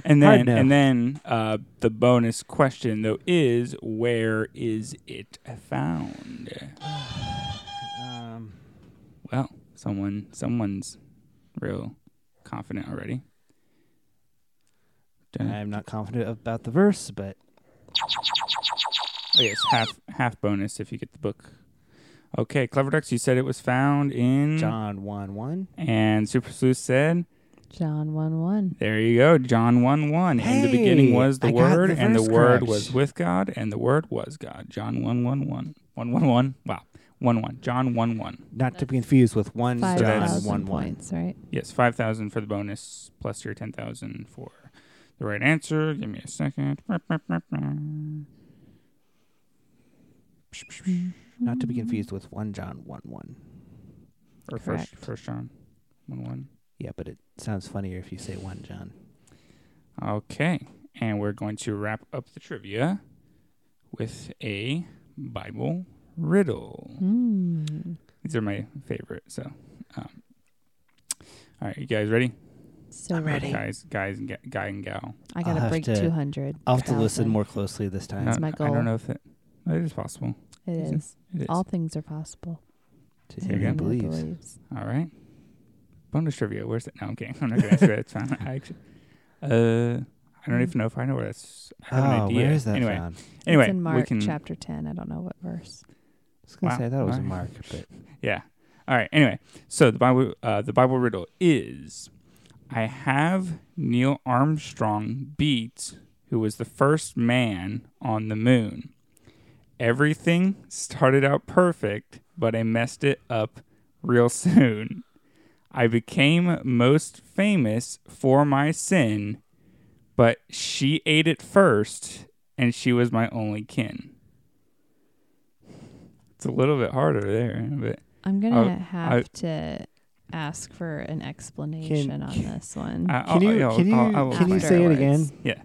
Speaker 3: and
Speaker 2: Hard
Speaker 3: then,
Speaker 2: no.
Speaker 3: and then uh, the bonus question though is where is it found?
Speaker 2: Um,
Speaker 3: Well, someone, someone's real confident already. Dun-
Speaker 2: I'm not confident about the verse, but
Speaker 3: Oh yes, half half bonus if you get the book. Okay, Clever Ducks, you said it was found
Speaker 2: Mm.
Speaker 3: in
Speaker 2: John 1 1.
Speaker 3: and Super Sleuth said,
Speaker 1: John 1 1.
Speaker 3: There you go, John one one. in the beginning
Speaker 2: Hey,
Speaker 3: was the
Speaker 2: I got
Speaker 3: word,
Speaker 2: the
Speaker 3: and the
Speaker 2: verse
Speaker 3: word
Speaker 2: correct.
Speaker 3: was with God, and the word was God. John one one one. One one one. Wow. One one. John one one.
Speaker 2: Not to be confused with 1 John
Speaker 1: 5,000
Speaker 2: 1 1.
Speaker 1: points, right?
Speaker 3: Yes, five thousand for the bonus, plus your ten thousand for the right answer. Give me a second.
Speaker 2: Not to be confused with 1 John 1 1.
Speaker 3: Or first
Speaker 1: Correct.
Speaker 3: first John. One one.
Speaker 2: Yeah, but it sounds funnier if you say 1 John.
Speaker 3: Okay, and we're going to wrap up the trivia with a Bible riddle.
Speaker 1: Mm.
Speaker 3: These are my favorite. So, um, all right, you guys ready?
Speaker 1: So
Speaker 2: I'm ready.
Speaker 3: Guys, guys, and ga- guy and gal.
Speaker 1: I
Speaker 2: I'll
Speaker 1: gotta
Speaker 2: have
Speaker 1: break
Speaker 2: to-
Speaker 1: two hundred.
Speaker 2: I'll have to listen more closely this time.
Speaker 1: That's
Speaker 3: I-
Speaker 1: my
Speaker 3: I
Speaker 1: goal.
Speaker 3: don't know if it. It is possible.
Speaker 1: It is.
Speaker 3: It is.
Speaker 1: All things are possible.
Speaker 2: to
Speaker 1: in
Speaker 2: hear
Speaker 3: you
Speaker 2: who
Speaker 1: him that
Speaker 2: believes.
Speaker 3: all right. Bonus trivia. Where's it? No, I'm kidding. <laughs> I'm not gonna ask you that. It's fine. I actually, uh, I don't even know if I know where that's. I have an
Speaker 2: Oh,
Speaker 3: idea.
Speaker 2: where is that
Speaker 3: anyway,
Speaker 2: found?
Speaker 3: Anyway,
Speaker 1: it's in
Speaker 3: we
Speaker 1: Mark
Speaker 3: can.
Speaker 1: chapter ten. I don't know what verse.
Speaker 2: I was gonna
Speaker 3: Wow.
Speaker 2: say I thought it was a
Speaker 3: Alright.
Speaker 2: mark, but
Speaker 3: Yeah. All right. Anyway, so the Bible, uh, the Bible riddle is: I have Neil Armstrong beat, who was the first man on the moon. Everything started out perfect, but I messed it up real <laughs> soon. I became most famous for my sin, but she ate it first, and she was my only kin. It's a little bit harder there, but
Speaker 1: I'm
Speaker 3: I'll-
Speaker 1: gonna have to ask for an explanation on this one.
Speaker 3: I-
Speaker 2: can you
Speaker 3: I'll-
Speaker 2: can
Speaker 1: oh,
Speaker 2: you
Speaker 3: I'll- I'll
Speaker 2: can you
Speaker 3: explain.
Speaker 2: say it
Speaker 1: afterwards.
Speaker 2: again?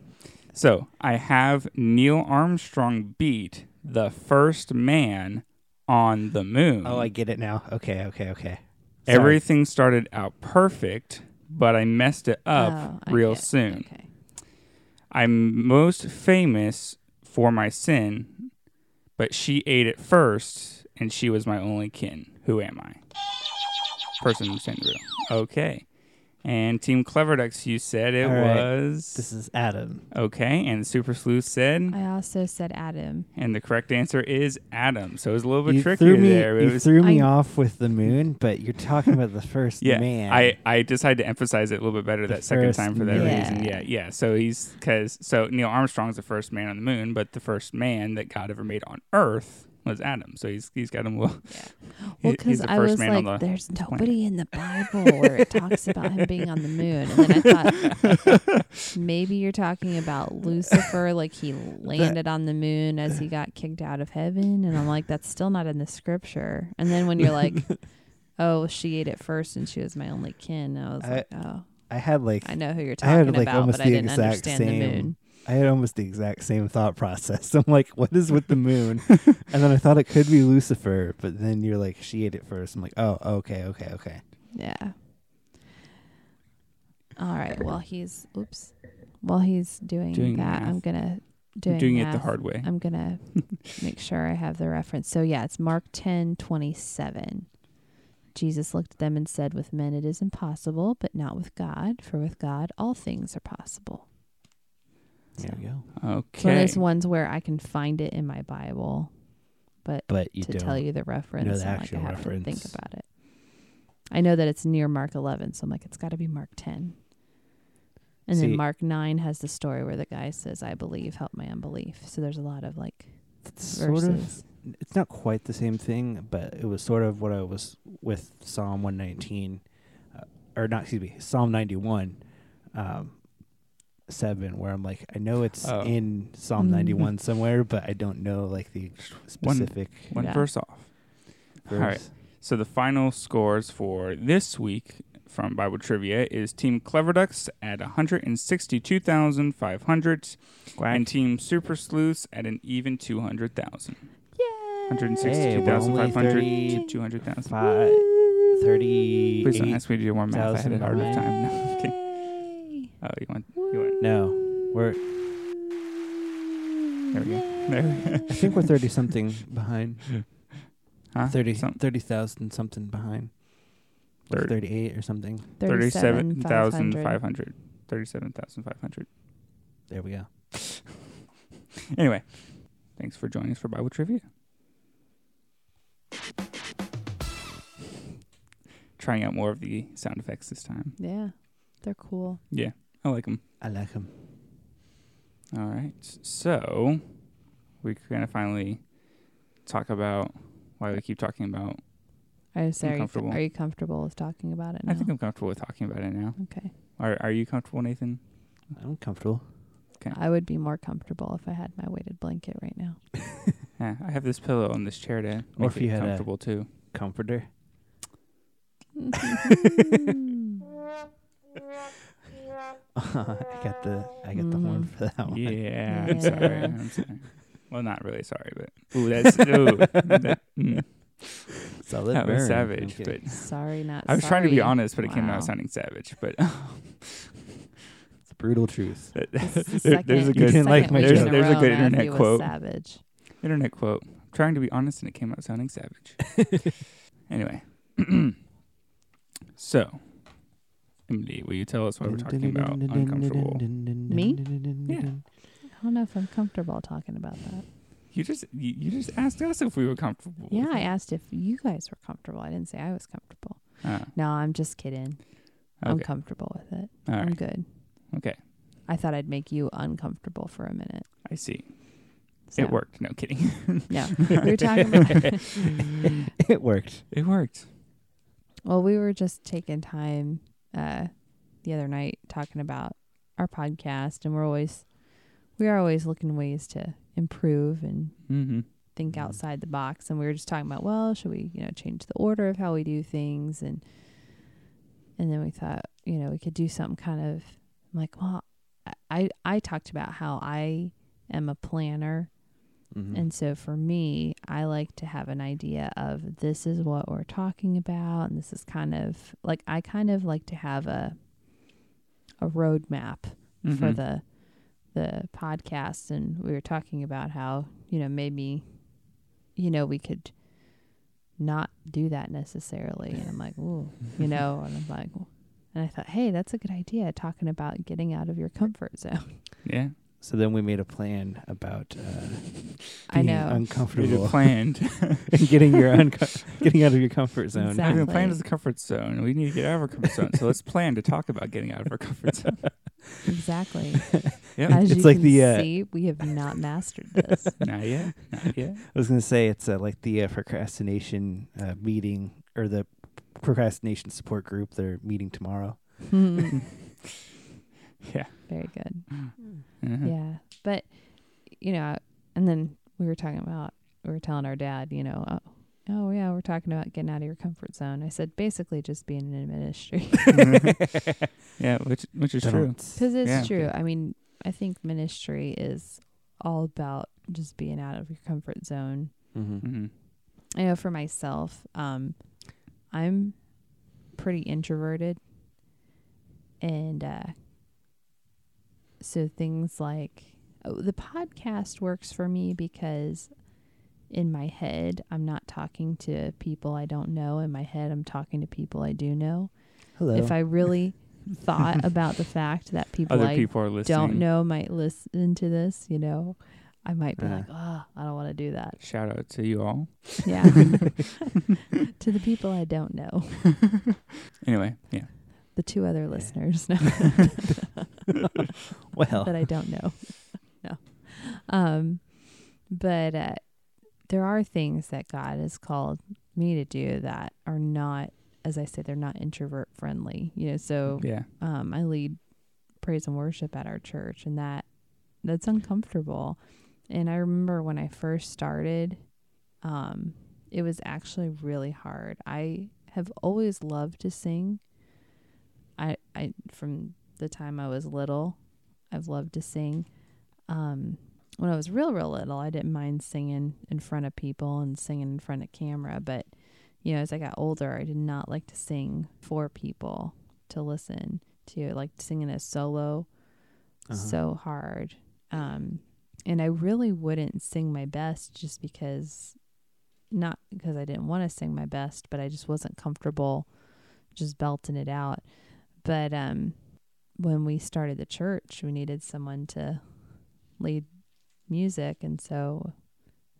Speaker 3: So I have Neil Armstrong beat the first man on the moon.
Speaker 2: Oh, I get it now. Okay, okay, okay. Sorry.
Speaker 3: Everything started out perfect, but I messed it up
Speaker 1: Oh, I
Speaker 3: real
Speaker 1: get it.
Speaker 3: soon.
Speaker 1: Okay.
Speaker 3: I'm most famous for my sin, but she ate it first, and she was my only kin. Who am I? Person who sent the riddle. Okay. And Team Cleverducks, you said it
Speaker 2: All right.
Speaker 3: was
Speaker 2: This is Adam.
Speaker 3: okay. And Super Sleuth said,
Speaker 1: I also said Adam.
Speaker 3: and the correct answer is Adam. So it was a little bit
Speaker 2: You
Speaker 3: trickier
Speaker 2: threw me,
Speaker 3: there. but
Speaker 2: you
Speaker 3: it was,
Speaker 2: threw me
Speaker 1: I-
Speaker 2: off with the moon, but you're talking about the first
Speaker 3: <laughs> yeah,
Speaker 2: man.
Speaker 3: I I decided to emphasize it a little bit better
Speaker 2: The
Speaker 3: that second
Speaker 2: first
Speaker 3: time for that
Speaker 1: man.
Speaker 3: reason.
Speaker 1: Yeah.
Speaker 3: Yeah, yeah. So he's because so Neil Armstrong's the first man on the moon, but the first man that God ever made on Earth was Adam. So he's he's got him. Well, <laughs>
Speaker 1: Well,
Speaker 3: he- he's
Speaker 1: because
Speaker 3: the
Speaker 1: I
Speaker 3: first
Speaker 1: was
Speaker 3: man on
Speaker 1: like,
Speaker 3: the
Speaker 1: there's nobody in the Bible where it talks about him being on the moon. And then I thought, maybe you're talking about Lucifer, like he landed on the moon as he got kicked out of heaven. And I'm like, that's still not in the scripture. And then when you're like, oh, she ate it first and she was my only kin, I was
Speaker 2: I-
Speaker 1: like, oh,
Speaker 2: I had like
Speaker 1: I know who you're
Speaker 2: I had,
Speaker 1: talking
Speaker 2: like,
Speaker 1: about,
Speaker 2: almost
Speaker 1: but I
Speaker 2: the
Speaker 1: didn't
Speaker 2: exact
Speaker 1: understand the
Speaker 2: same-
Speaker 1: moon.
Speaker 2: I had almost the exact same thought process. <laughs> I'm like, what is with the moon? and then I thought it could be Lucifer, but then you're like, she ate it first. I'm like, oh, okay, okay, okay.
Speaker 1: Yeah. All right. Well, he's oops. While he's doing,
Speaker 3: Doing
Speaker 1: that,
Speaker 3: math.
Speaker 1: I'm gonna doing,
Speaker 3: doing, it the
Speaker 1: math,
Speaker 3: hard way.
Speaker 1: I'm
Speaker 3: <laughs>
Speaker 1: gonna make sure I have the reference. So yeah, it's Mark ten twenty seven. Jesus looked at them and said, "With men it is impossible, but not with God. For with God all things are possible." So,
Speaker 2: There we go.
Speaker 1: It's one of
Speaker 3: Okay.
Speaker 1: those ones where I can find it in my Bible, but
Speaker 2: But you
Speaker 1: to
Speaker 2: don't.
Speaker 1: tell you the reference.
Speaker 2: the
Speaker 1: I'm like,
Speaker 2: actual
Speaker 1: I have to think
Speaker 2: reference.
Speaker 1: about it. I know that it's near Mark 11, so I'm like, it's got to be Mark 10. And
Speaker 2: See-
Speaker 1: then Mark 9 has the story where the guy says, I believe, help my unbelief. So there's a lot of like
Speaker 2: It's sort of.
Speaker 1: verses.
Speaker 2: It's not quite the same thing, but it was sort of what I was with Psalm 119, uh, or not. Excuse me, Psalm 91, um, seven, where I'm like, I know it's
Speaker 3: Oh.
Speaker 2: in Psalm
Speaker 1: Mhm.
Speaker 2: 91 somewhere, but I don't know like the
Speaker 3: one-
Speaker 2: specific.
Speaker 3: One
Speaker 1: Yeah.
Speaker 3: verse off. All right.
Speaker 2: verse.
Speaker 3: So the final scores for this week from Bible Trivia is Team Clever Ducks at 162,500 and Team Super Sleuths at an even 200,000.
Speaker 1: Yay!
Speaker 3: 162,500
Speaker 2: Hey,
Speaker 3: to 200,000.
Speaker 2: Five, thirty.
Speaker 3: Please don't ask me to do more math. I had a hard enough time. <laughs> No, I'm kidding.
Speaker 1: okay.
Speaker 3: Oh, you want? You want?
Speaker 2: No, we're-
Speaker 1: There
Speaker 3: we go. There
Speaker 2: I think we're
Speaker 3: <laughs>
Speaker 2: 30 something behind.
Speaker 3: Huh?
Speaker 2: 30
Speaker 3: Some-
Speaker 2: 30,000 something behind. Like
Speaker 3: Thirty-
Speaker 2: 38 or something.
Speaker 1: 37,500.
Speaker 3: 37,500. 37,500.
Speaker 2: There we go.
Speaker 3: Anyway, thanks for joining us for Bible Trivia. Trying out more of the sound effects this time.
Speaker 1: Yeah. They're cool.
Speaker 3: Yeah, I like them.
Speaker 2: I like him.
Speaker 3: All right. So we're going to finally talk about why we keep talking about.
Speaker 1: I was sorry.
Speaker 3: comfortable.
Speaker 1: Are you comfortable with talking about it now?
Speaker 3: I think I'm comfortable with talking about it now.
Speaker 1: Okay.
Speaker 3: Are, are you comfortable, Nathan?
Speaker 2: I'm comfortable.
Speaker 1: I would be more comfortable if I had my weighted blanket right
Speaker 3: <laughs>
Speaker 1: now. <laughs>
Speaker 3: Yeah, I have this pillow on this chair to make
Speaker 2: Or if
Speaker 3: it
Speaker 2: you had a-
Speaker 3: comfortable too.
Speaker 2: Comforter. I got the I got the horn
Speaker 1: Mhm.
Speaker 2: for that one.
Speaker 3: Yeah, I'm sorry.
Speaker 1: Yeah.
Speaker 3: I'm sorry. Well, not really sorry, but ooh, that's ooh, that, mm,
Speaker 2: Solid
Speaker 3: that was
Speaker 2: burn.
Speaker 3: savage.
Speaker 2: Okay.
Speaker 3: But
Speaker 1: sorry, not.
Speaker 3: I was trying to be
Speaker 1: sorry.
Speaker 3: honest, but it came
Speaker 1: Wow.
Speaker 3: out sounding savage. But
Speaker 2: it's brutal truth.
Speaker 1: This
Speaker 3: <laughs>
Speaker 1: is the
Speaker 3: There- there's a
Speaker 1: second-
Speaker 3: good-
Speaker 1: second
Speaker 2: like my
Speaker 1: week in
Speaker 2: joke.
Speaker 3: There's a
Speaker 1: row
Speaker 3: good
Speaker 1: Matthew
Speaker 3: internet
Speaker 1: was
Speaker 3: quote.
Speaker 1: Savage.
Speaker 3: internet quote: I'm "Trying to be honest, and it came out sounding savage." anyway, <clears throat> so Emily, will you tell us why we're talking about uncomfortable?
Speaker 2: Me?
Speaker 3: Yeah.
Speaker 1: I don't know if I'm comfortable talking about that.
Speaker 3: You just you, you just asked us if we were comfortable.
Speaker 1: Yeah, I asked if you guys were comfortable. I didn't say I was comfortable.
Speaker 3: Ah,
Speaker 1: No, I'm just kidding. I'm
Speaker 3: okay.
Speaker 1: comfortable with it.
Speaker 3: All
Speaker 1: I'm
Speaker 3: right.
Speaker 1: good.
Speaker 3: Okay.
Speaker 1: I thought I'd make you uncomfortable for a minute.
Speaker 3: I see.
Speaker 1: So,
Speaker 3: It worked. No kidding. <laughs>
Speaker 1: No, we were talking about.
Speaker 2: It worked.
Speaker 3: it worked.
Speaker 1: Well, we were just taking time uh, the other night talking about our podcast, and we're always we are always looking ways to improve and
Speaker 3: Mm-hmm.
Speaker 1: think
Speaker 2: Mhm.
Speaker 1: outside the box. And we were just talking about, well, should we you know change the order of how we do things, and and then we thought you know we could do some kind of I'm like well, I I talked about how I am a planner
Speaker 2: Mhm.
Speaker 1: and so for me, I like to have an idea of this is what we're talking about and this is kind of like I kind of like to have a a roadmap for the the podcast and we were talking about how, you know, maybe you know, we could not do that necessarily. And I'm like, ooh, you know, and I'm like, And I thought, hey, that's a good idea. Talking about getting out of your comfort zone.
Speaker 3: Yeah.
Speaker 2: So then we made a plan about uh,
Speaker 1: I
Speaker 2: being
Speaker 1: know.
Speaker 3: We
Speaker 2: uncomfortable
Speaker 3: had planned.
Speaker 2: and getting your unco- getting out of your comfort zone.
Speaker 1: Exactly.
Speaker 3: We've been planned as a comfort zone. We need to get out of our comfort zone. So let's plan to talk about getting out of
Speaker 1: <laughs>
Speaker 3: our comfort zone.
Speaker 1: exactly.
Speaker 3: Yeah.
Speaker 1: As
Speaker 2: It's
Speaker 1: you
Speaker 2: like
Speaker 1: can
Speaker 2: the, uh,
Speaker 1: see, we have not mastered
Speaker 2: <laughs>
Speaker 1: this.
Speaker 3: Not yet. Not yet.
Speaker 2: I was gonna say it's uh, like the uh, procrastination uh, meeting or the procrastination support group. They're meeting tomorrow.
Speaker 1: Hmm.
Speaker 3: Yeah.
Speaker 1: Very good.
Speaker 3: Uh-huh.
Speaker 1: Yeah. But, you know, and then we were talking about, we were telling our dad, you know, oh, oh yeah, we're talking about getting out of your comfort zone. I said, basically just being in
Speaker 2: <laughs>
Speaker 1: ministry. <laughs>
Speaker 3: yeah, which which is true.
Speaker 2: Dun-dun.
Speaker 1: Because it's
Speaker 3: Yeah.
Speaker 1: true. I mean, I think ministry is all about just being out of your comfort zone.
Speaker 2: Mhm.
Speaker 3: Mhm.
Speaker 1: I know for myself, um, I'm pretty introverted, and uh, so things like oh, the podcast works for me because in my head I'm not talking to people I don't know. In my head, I'm talking to people I do know.
Speaker 2: Hello.
Speaker 1: If I
Speaker 3: <laughs>
Speaker 1: really thought about the fact that people
Speaker 3: Other
Speaker 1: I
Speaker 3: people are listening.
Speaker 1: don't know might listen to this, you know, I might be
Speaker 2: Yeah.
Speaker 3: Uh-huh.
Speaker 1: like, oh, I don't want to do that.
Speaker 3: Shout out to you all.
Speaker 1: Yeah. to the people I don't know,
Speaker 3: Anyway, yeah.
Speaker 1: the two other listeners <laughs> know <laughs>
Speaker 2: well,
Speaker 1: that I don't know. no. Um, but uh, there are things that God has called me to do that are not, as I say, they're not introvert friendly, you know, so
Speaker 3: Yeah.
Speaker 1: um, I lead praise and worship at our church, and that that's uncomfortable. And I remember when I first started, um, it was actually really hard. I have always loved to sing. I I from the time I was little, I've loved to sing. Um, when I was real real little, I didn't mind singing in front of people and singing in front of camera, but you know, as I got older, I did not like to sing for people to listen to like singing a solo
Speaker 2: Uh-huh.
Speaker 1: so hard um and i really wouldn't sing my best just because not because i didn't want to sing my best but i just wasn't comfortable just belting it out but um when we started the church we needed someone to lead music and so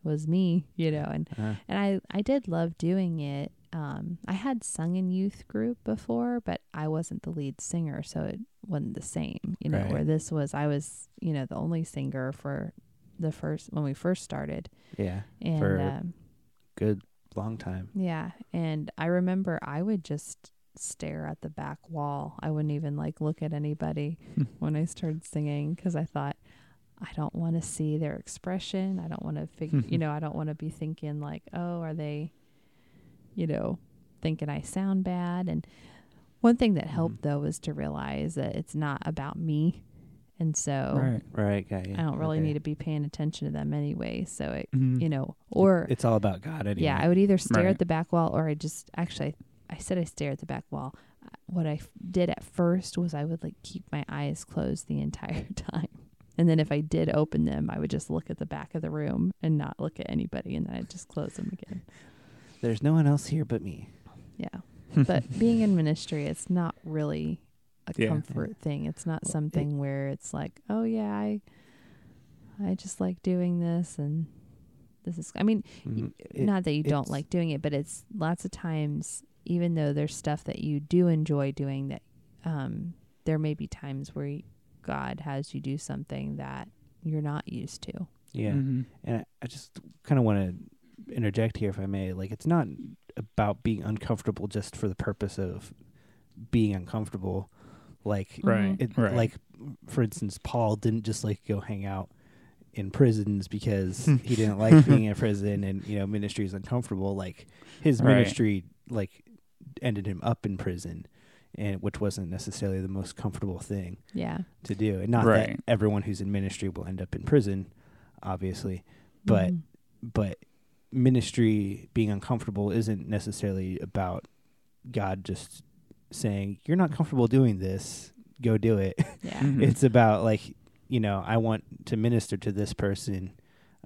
Speaker 1: it was me you know and
Speaker 2: Uh-huh.
Speaker 1: and I I did love doing it. Um, I had sung in youth group before, but I wasn't the lead singer, so it wasn't the same. You know,
Speaker 2: Right.
Speaker 1: where this was, I was you know the only singer for the first when we first started,
Speaker 2: yeah,
Speaker 1: and
Speaker 2: For-
Speaker 1: um,
Speaker 2: good long time.
Speaker 1: yeah, and I remember I would just stare at the back wall. I wouldn't even like look at anybody when I started singing because I thought I don't want to see their expression. I don't want to figure, you know, I don't want to be thinking like, oh, are they, you know, thinking I sound bad. And one thing that helped though was to realize that it's not about me, and so
Speaker 3: Right.
Speaker 2: Right, got you.
Speaker 1: I don't really
Speaker 2: Okay.
Speaker 1: need to be paying attention to them anyway. So it,
Speaker 3: Mhm.
Speaker 1: you know, or
Speaker 2: It's all about God anyway.
Speaker 1: yeah, I would either stare
Speaker 3: Right.
Speaker 1: at the back wall or I just actually I, I said I stare at the back wall. Uh, What I f- did at first was I would like keep my eyes closed the <laughs> entire time. And then if I did open them, I would just look at the back of the room and not look at anybody and then I'd just close them again.
Speaker 2: There's no one else here but me.
Speaker 3: <laughs>
Speaker 1: Yeah. But being in ministry, it's not really a
Speaker 3: Yeah.
Speaker 1: comfort thing. It's not something where it's like, "Oh yeah, I I just like doing this and this is I mean,
Speaker 2: Mhm. It-
Speaker 1: not that you don't
Speaker 2: it's-
Speaker 1: like doing it, but it's lots of times, even though there's stuff that you do enjoy doing, that um, there may be times where y- God has you do something that you're not used to.
Speaker 2: yeah.
Speaker 3: Mhm.
Speaker 1: <laughs>
Speaker 2: And I, I just kind of want to interject here, if I may. Like, it's not about being uncomfortable just for the purpose of being uncomfortable. Like,
Speaker 3: Right.
Speaker 2: it,
Speaker 3: right.
Speaker 2: like for instance, Paul didn't just like go hang out in prisons
Speaker 3: <laughs>
Speaker 2: because he didn't like being in prison, and you know, ministry is uncomfortable. Like, his
Speaker 3: Right.
Speaker 2: ministry like ended him up in prison, and which wasn't necessarily the most comfortable thing
Speaker 1: Yeah.
Speaker 2: to do. And not
Speaker 3: Right.
Speaker 2: that everyone who's in ministry will end up in prison, obviously, But-
Speaker 1: Mhm.
Speaker 2: but ministry being uncomfortable isn't necessarily about God just saying, You're not comfortable doing this, go do it. <laughs>
Speaker 1: yeah.
Speaker 3: Mhm.
Speaker 2: it's about like, you know, I want to minister to this person.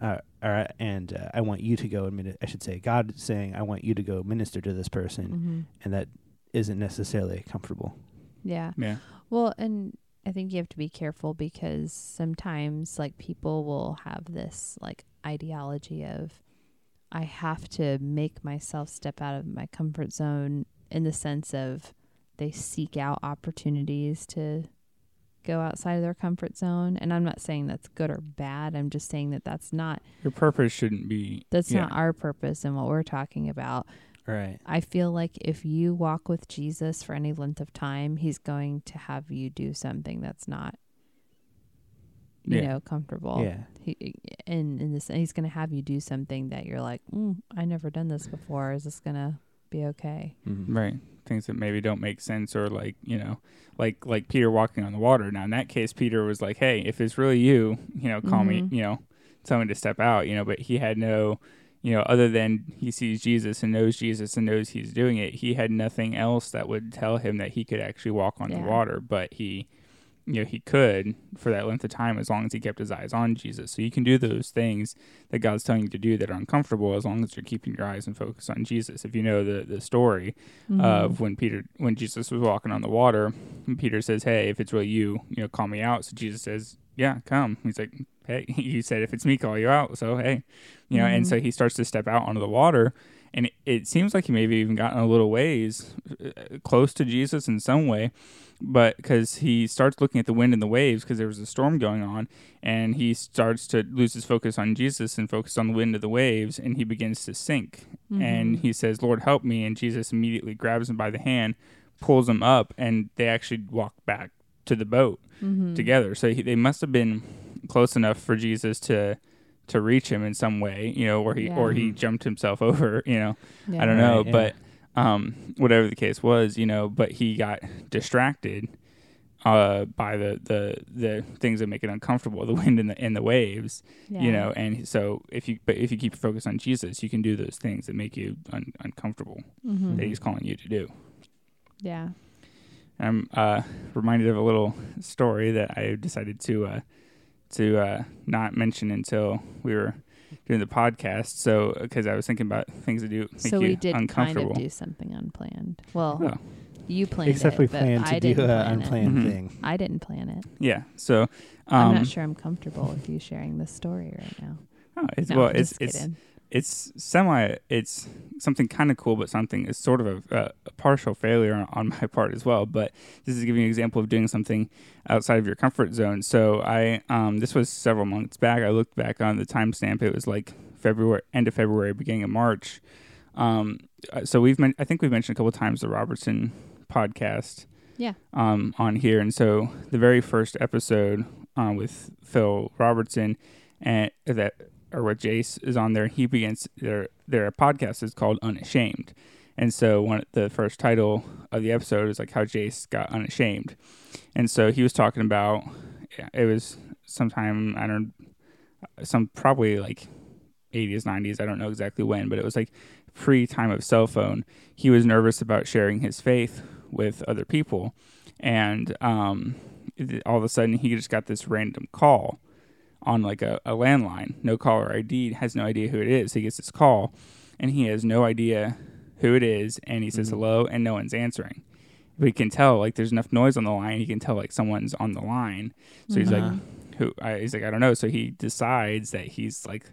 Speaker 2: Uh, or, and uh, I want you to go and mini- I should say God is saying I want you to go minister to this person,
Speaker 1: Mhm.
Speaker 2: and that isn't necessarily comfortable.
Speaker 1: Yeah.
Speaker 3: Yeah.
Speaker 1: Well, and I think you have to be careful because sometimes like people will have this like ideology of I have to make myself step out of my comfort zone in the sense of they seek out opportunities to go outside of their comfort zone and I'm not saying that's good or bad. I'm just saying that that's not
Speaker 3: Your purpose shouldn't be.
Speaker 1: that's
Speaker 3: yeah.
Speaker 1: not our purpose and what we're talking about.
Speaker 2: Right.
Speaker 1: I feel like if you walk with Jesus for any length of time, he's going to have you do something that's not, you
Speaker 3: Yeah.
Speaker 1: know, comfortable.
Speaker 2: Yeah.
Speaker 1: He, and in this, he's going to have you do something that you're like, mm, I never done this before. Is this going to be okay?
Speaker 2: Mhm.
Speaker 3: Right. Things that maybe don't make sense or like, you know, like like Peter walking on the water. Now in that case Peter was like, Hey, if it's really you, you know, call
Speaker 1: Mhm.
Speaker 3: me, you know, tell me to step out, you know, but he had no you know, other than he sees Jesus and knows Jesus and knows he's doing it, he had nothing else that would tell him that he could actually walk on
Speaker 1: Yeah.
Speaker 3: the water, but he you know, he could for that length of time as long as he kept his eyes on Jesus. So you can do those things that God's telling you to do that are uncomfortable as long as you're keeping your eyes and focus on Jesus. If you know the the story,
Speaker 1: Mhm.
Speaker 3: of when Peter when Jesus was walking on the water and Peter says, Hey, if it's really you, you know, call me out. So Jesus says, Yeah, come. He's like, Hey, <laughs> you said if it's me, call you out. So hey. You know, and
Speaker 1: Mhm.
Speaker 3: so he starts to step out onto the water and it, it seems like he maybe even gotten a little ways uh, close to Jesus in some way, but because he starts looking at the wind and the waves because there was a storm going on, and he starts to lose his focus on Jesus and focus on the wind of the waves, and he begins to sink and
Speaker 1: Mhm.
Speaker 3: he says, "Lord, help me!" And Jesus immediately grabs him by the hand, pulls him up, and they actually walk back to the boat
Speaker 1: Mhm.
Speaker 3: together. So he, they must have been close enough for Jesus to to reach him in some way, you know, or he or he
Speaker 2: Yeah.
Speaker 3: jumped himself <laughs> over, you know.
Speaker 1: Yeah.
Speaker 3: I don't know,
Speaker 2: Right, yeah.
Speaker 3: but um, whatever the case was, you know, but he got distracted uh, by the, the the things that make it uncomfortable, the wind and the and the waves,
Speaker 1: Yeah.
Speaker 3: you know and so if you but if you keep your focus on jesus you can do those things that make you un- uncomfortable
Speaker 1: Mhm.
Speaker 3: that he's calling you to do
Speaker 1: Yeah.
Speaker 3: and i'm uh, reminded of a little story that i decided to uh, to uh, not mention until we were doing the podcast so because i was thinking about things that do make
Speaker 1: So
Speaker 3: you
Speaker 1: we did kind
Speaker 3: uncomfortable
Speaker 1: of do something unplanned. Well,
Speaker 3: Oh,
Speaker 1: you planned
Speaker 2: Except
Speaker 1: it,
Speaker 2: we
Speaker 1: but
Speaker 2: plan
Speaker 1: I
Speaker 2: to do
Speaker 1: didn't plan
Speaker 2: an
Speaker 1: it.
Speaker 2: unplanned
Speaker 3: Mhm.
Speaker 2: thing.
Speaker 1: I didn't plan it.
Speaker 3: yeah so
Speaker 1: I'm
Speaker 3: um
Speaker 1: not sure I'm comfortable with you sharing this story right now.
Speaker 3: oh, it's,
Speaker 1: No,
Speaker 3: well
Speaker 1: I'm
Speaker 3: it's
Speaker 1: just
Speaker 3: it's
Speaker 1: kidding.
Speaker 3: it's semi it's something kind of cool but something is sort of a, a, a partial failure on, on my part as well but this is giving you an example of doing something outside of your comfort zone so i um, this was several months back i looked back on the timestamp it was like february end of february beginning of march um, uh, so we've men- i think we've mentioned a couple times the robertson podcast
Speaker 1: Yeah.
Speaker 3: um, on here and so the very first episode uh, with phil robertson and uh, that or with Jace is on there. He begins their their podcast is called Unashamed, and so one the first title of the episode is like how Jace got unashamed, and so he was talking about yeah, it was sometime I don't some probably like 80s 90s I don't know exactly when but it was like pre time of cell phone he was nervous about sharing his faith with other people and um it- all of a sudden he just got this random call on like a, a landline, no caller ID, has no idea who it is. He gets this call and he has no idea who it is and he says
Speaker 2: Mhm.
Speaker 3: hello and no one's answering. But he can tell like there's enough noise on the line, he can tell like someone's on the line. So he's
Speaker 2: Uh-huh.
Speaker 3: like who I, he's like I don't know. So he decides that he's like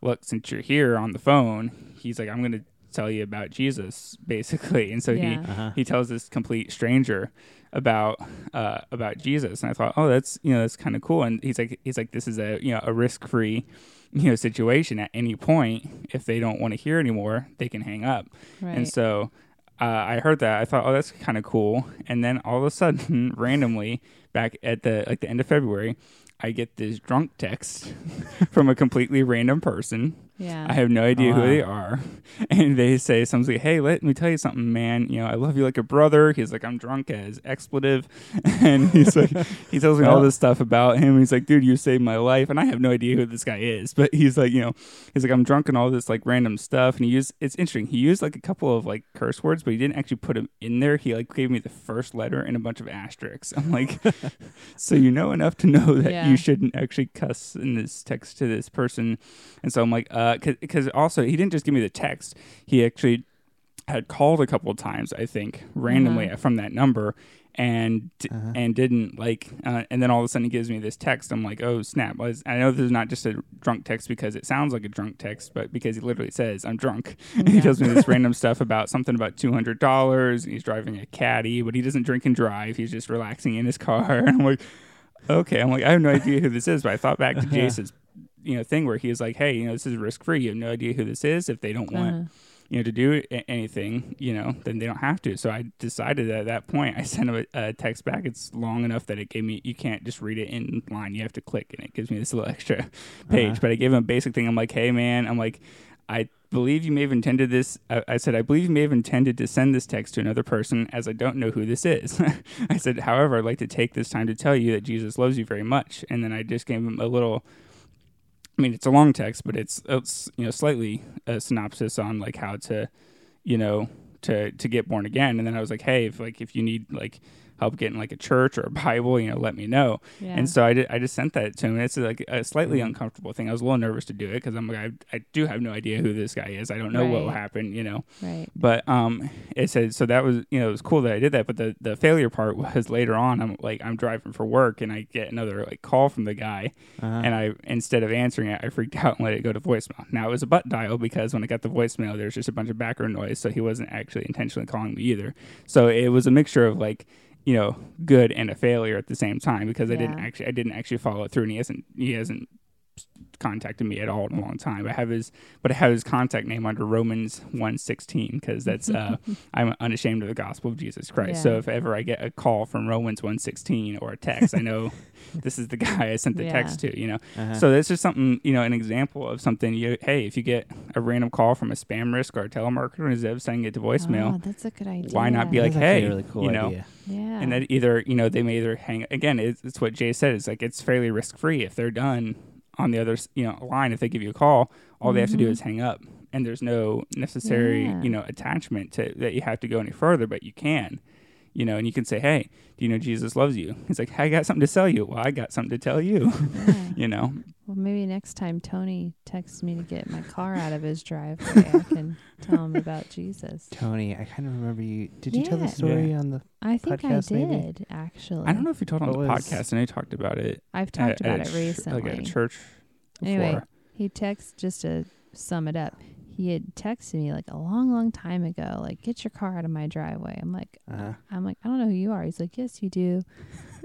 Speaker 3: look, since you're here on the phone, he's like I'm going to tell you about Jesus <laughs> basically. And so he
Speaker 1: yeah.
Speaker 2: Uh-huh.
Speaker 3: he tells this complete stranger about uh, about Jesus, and I thought, oh, that's you know that's kind of cool. And he's like, he's like, this is a you know a risk free you know situation. At any point, if they don't want to hear anymore, they can hang up.
Speaker 1: right.
Speaker 3: And so uh, I heard that. I thought, oh, that's kind of cool. And then all of a sudden, <laughs> randomly, back at the like the end of February, I get this drunk text <laughs> from a completely random person.
Speaker 1: yeah.
Speaker 3: I have no idea
Speaker 2: Wow.
Speaker 3: who they are. <laughs> And they say something like, Hey, let me tell you something, man. You know, I love you like a brother. He's like, I'm drunk as expletive. <laughs> And he's like, he tells me all this stuff about him. He's like, dude, you saved my life. And I have no idea who this guy is. But he's like, you know, he's like, I'm drunk and all this like random stuff. And he used, it's interesting. He used like a couple of like curse words, but he didn't actually put them in there. He like gave me the first letter and a bunch of asterisks. <laughs> I'm like, so you know enough to know that
Speaker 1: Yeah.
Speaker 3: you shouldn't actually cuss in this text to this person. And so I'm like, uh, because also he didn't just give me the text. He actually had called a couple of times, I think, randomly
Speaker 1: Uh-huh.
Speaker 3: from that number and
Speaker 2: Uh-huh.
Speaker 3: and didn't like uh, and then all of a sudden he gives me this text i'm like oh snap I, was, I know this is not just a drunk text because it sounds like a drunk text but because he literally says i'm drunk <laughs> he
Speaker 1: Yeah.
Speaker 3: tells me this random stuff about something about $200 and he's driving a caddy but he doesn't drink and drive he's just relaxing in his car <laughs> and i'm like okay i'm like i have no idea who this is but i thought back to
Speaker 2: Uh-huh.
Speaker 3: jason's you know thing where he was like hey you know this is risk free you have no idea who this is if they don't want
Speaker 1: Uh-huh.
Speaker 3: you know, to do a- anything, you know, then they don't have to. So I decided at that point, I <laughs> sent him a, a text back. It's long enough that it gave me, you can't just read it in line. You have to click and it gives me this little <laughs> extra page.
Speaker 2: Uh-huh.
Speaker 3: But I gave him a basic thing. I'm like, hey, man, I'm like, I believe you may have intended this. I, I said, I believe you may have intended to send this text to another person as I don't know who this is. <laughs> I said, however, I'd like to take this time to tell you that Jesus loves you very much. And then I just gave him a little I mean, it's a long text, but it's, it's you know slightly a synopsis on like how to, you know, to to get born again. And then I was like, hey, if like if you need like help getting like a church or a Bible, you know, let me know.
Speaker 1: Yeah. Mm-hmm.
Speaker 3: And so I, did, I just sent that to him. And it's like a slightly
Speaker 2: Mhm.
Speaker 3: uncomfortable thing. I was a little nervous to do it because I'm like, I, I do have no idea who this guy is. I don't know what will
Speaker 1: Right.
Speaker 3: happen, you know.
Speaker 1: right.
Speaker 3: But um, it said so that was you know it was cool that I did that. But the the failure part <laughs> was later on. I'm like I'm driving for work and I get another like call from the guy
Speaker 2: Uh-huh.
Speaker 3: and I instead of answering it, I freaked <laughs> out and let it go to voicemail. Now it was a butt dial because when I got the voicemail, there was just a bunch of background noise, so he wasn't actually intentionally calling me either. So it was a mixture of like, you know, good and a failure at the same time because I didn't
Speaker 1: Yeah.
Speaker 3: actually I didn't actually follow it through, and he hasn't he hasn't contacted me at all in a long time. I have his but I have his contact name under Romans one sixteen because that's
Speaker 1: <laughs>
Speaker 3: uh, I'm unashamed of the gospel of Jesus Christ.
Speaker 1: Yeah.
Speaker 3: So if ever I get a call from Romans one sixteen or a text, I
Speaker 1: <laughs>
Speaker 3: know this is the guy I sent the
Speaker 1: Yeah.
Speaker 3: text to. You know.
Speaker 2: Uh-huh.
Speaker 3: So that's just something, you know, an example of something. You, hey, if you get a random call from a spam risk or a telemarketer instead of sending it to voicemail,
Speaker 1: Oh, that's a good idea.
Speaker 3: why not be
Speaker 2: That's
Speaker 3: like,
Speaker 2: actually
Speaker 3: hey,
Speaker 2: a really cool
Speaker 3: you know,
Speaker 2: idea.
Speaker 1: Ah, Yeah.
Speaker 3: and then either you know they may either hang again. It's, it's what Jay said. It's like it's fairly risk free if they're done on the other s- you know line. If they give you a call, all they have to do
Speaker 1: Mhm.
Speaker 3: is hang up, and there's no necessary
Speaker 1: Yeah.
Speaker 3: you know attachment to that you have to go any further, but you can. You know, and you can say, "Hey, do you know Jesus loves you?" He's like, "I got something to sell you." Well, I got something to tell you. <laughs>
Speaker 1: Yeah.
Speaker 3: you know,
Speaker 1: Well, maybe next time Tony texts me to get my car out of his driveway, I
Speaker 3: <laughs>
Speaker 1: can tell him about Jesus.
Speaker 2: Tony, I kind of remember you. Did you tell the
Speaker 1: Yeah.
Speaker 2: story on the?
Speaker 1: I think
Speaker 2: Podcast,
Speaker 1: I did
Speaker 2: maybe?
Speaker 1: actually.
Speaker 3: I don't know Uh, if you told on
Speaker 2: What
Speaker 3: the
Speaker 2: was-
Speaker 3: podcast, and I talked about it.
Speaker 1: I've talked
Speaker 3: at- at
Speaker 1: about
Speaker 3: a
Speaker 1: it
Speaker 3: ch-
Speaker 1: recently.
Speaker 3: Like at a church before.
Speaker 1: Anyway. He texts just to sum it up. He had texted me like a long, long time ago, like "Get your car out of my driveway." I'm like,
Speaker 2: Uh-huh.
Speaker 1: I'm like, I don't know who you are. He's like, Yes, you do.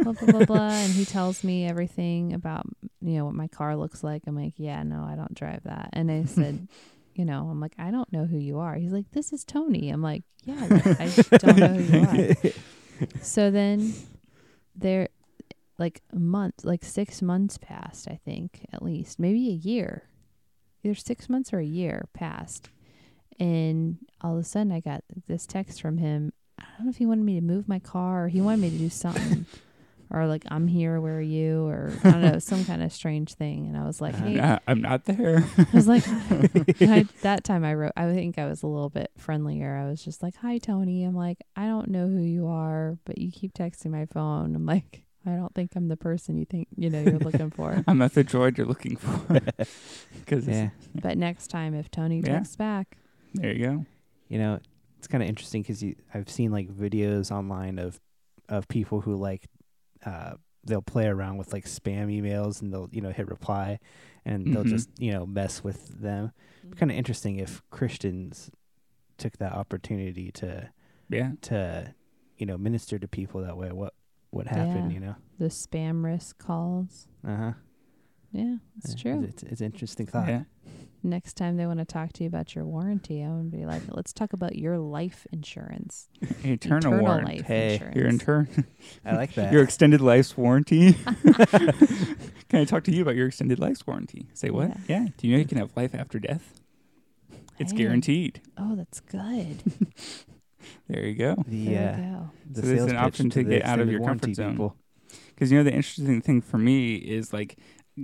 Speaker 1: Blah blah blah blah. And he tells me everything about you know what my car looks like. I'm like, Yeah, no, I don't drive that. And I said, you know, I'm like, I don't know who you are. He's like, This is Tony. I'm like, Yeah, like, I don't know who you are. So then there, like a month, like six months passed, I think at least, maybe a year, either six months or a year passed, and all of a sudden I got this text from him. I don't know if he wanted me to move my car or he wanted me to do something. Or like I'm here, where are you? Or I don't know, some kind of strange thing. And I was like,
Speaker 2: Uh-huh.
Speaker 1: hey,
Speaker 3: Nah, I'm not there. <laughs>
Speaker 1: I was like, I, that time I wrote, I think I was a little bit friendlier. I was just like, hi, Tony. I'm like, I don't know who you are, but you keep texting my phone. I'm like, I don't think I'm the person you think, you know, you're looking
Speaker 3: <laughs>
Speaker 1: for.
Speaker 3: I'm not the droid you're looking for. <laughs> Because
Speaker 2: Yeah,
Speaker 1: But next time, if Tony
Speaker 3: Yeah.
Speaker 1: texts back,
Speaker 3: there you go.
Speaker 2: you know, it's kind of interesting because I've seen like videos online of of people who like uh, they'll play around with like spam emails and they'll you know hit reply and they'll
Speaker 3: Mhm.
Speaker 2: just you know mess with them.
Speaker 1: Mm-hmm.
Speaker 2: Kind of interesting if Christians took that opportunity to
Speaker 3: Yeah.
Speaker 2: to you know minister to people that way. What would
Speaker 1: Yeah.
Speaker 2: happen? You know.
Speaker 1: the spam risk calls.
Speaker 2: Uh huh.
Speaker 1: Yeah, it's true.
Speaker 2: It's, it's an interesting thought.
Speaker 3: Yeah.
Speaker 1: Next time they want to talk to you about your warranty, I would be like, let's talk about your life insurance.
Speaker 3: Eternal, warrant.
Speaker 1: life
Speaker 2: Hey,
Speaker 1: insurance.
Speaker 3: Your
Speaker 1: <laughs>
Speaker 3: intern,
Speaker 2: I
Speaker 3: <laughs>
Speaker 2: like that.
Speaker 3: your extended life's warranty. <laughs> can I talk to you about your extended life's warranty? Say what? Yeah. Do you know you can have life after death? It's
Speaker 1: Hey.
Speaker 3: guaranteed.
Speaker 1: Oh, that's good.
Speaker 3: There you go.
Speaker 2: the
Speaker 1: There
Speaker 2: uh,
Speaker 1: we go.
Speaker 2: the
Speaker 3: So there's
Speaker 2: sales
Speaker 3: an
Speaker 2: pitch
Speaker 3: option
Speaker 2: the
Speaker 3: to get out of
Speaker 2: extended
Speaker 3: your comfort
Speaker 2: warranty
Speaker 3: zone.
Speaker 2: people.
Speaker 3: because you know the interesting thing for me is like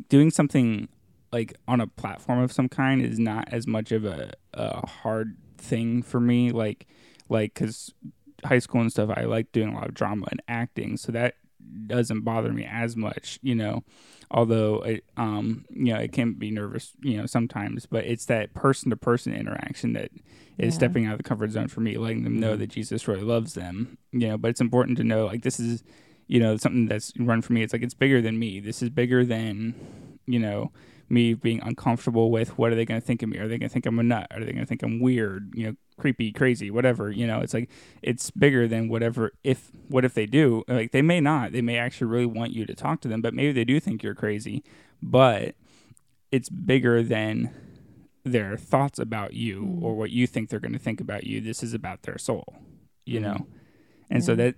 Speaker 3: doing something like on a platform of some kind is not as much of a, a hard thing for me like like because high school and stuff i like doing a lot of drama and acting so that doesn't bother me as much, you know. Although it, um, you know, it can be nervous, you know, sometimes. But it's that person to person interaction that is
Speaker 1: Yeah.
Speaker 3: stepping out of the comfort zone for me, letting them know
Speaker 2: Mhm.
Speaker 3: that Jesus really loves them, you know. But it's important to know, like, this is, you know, something that's run for me. It's like it's bigger than me. This is bigger than, you know. Me being uncomfortable with what are they going to think of me? Are they going to think I'm a nut? Are they going to think I'm weird? You know, creepy, crazy, whatever. You know, it's like it's bigger than whatever if what if they do like they may not they may actually really want you to talk to them but maybe they do think you're crazy but it's bigger than their thoughts about you
Speaker 1: Mm.
Speaker 3: or what you think they're going to think about you this is about their soul you
Speaker 2: Mhm.
Speaker 3: know and so
Speaker 1: Mm. Yeah.
Speaker 3: that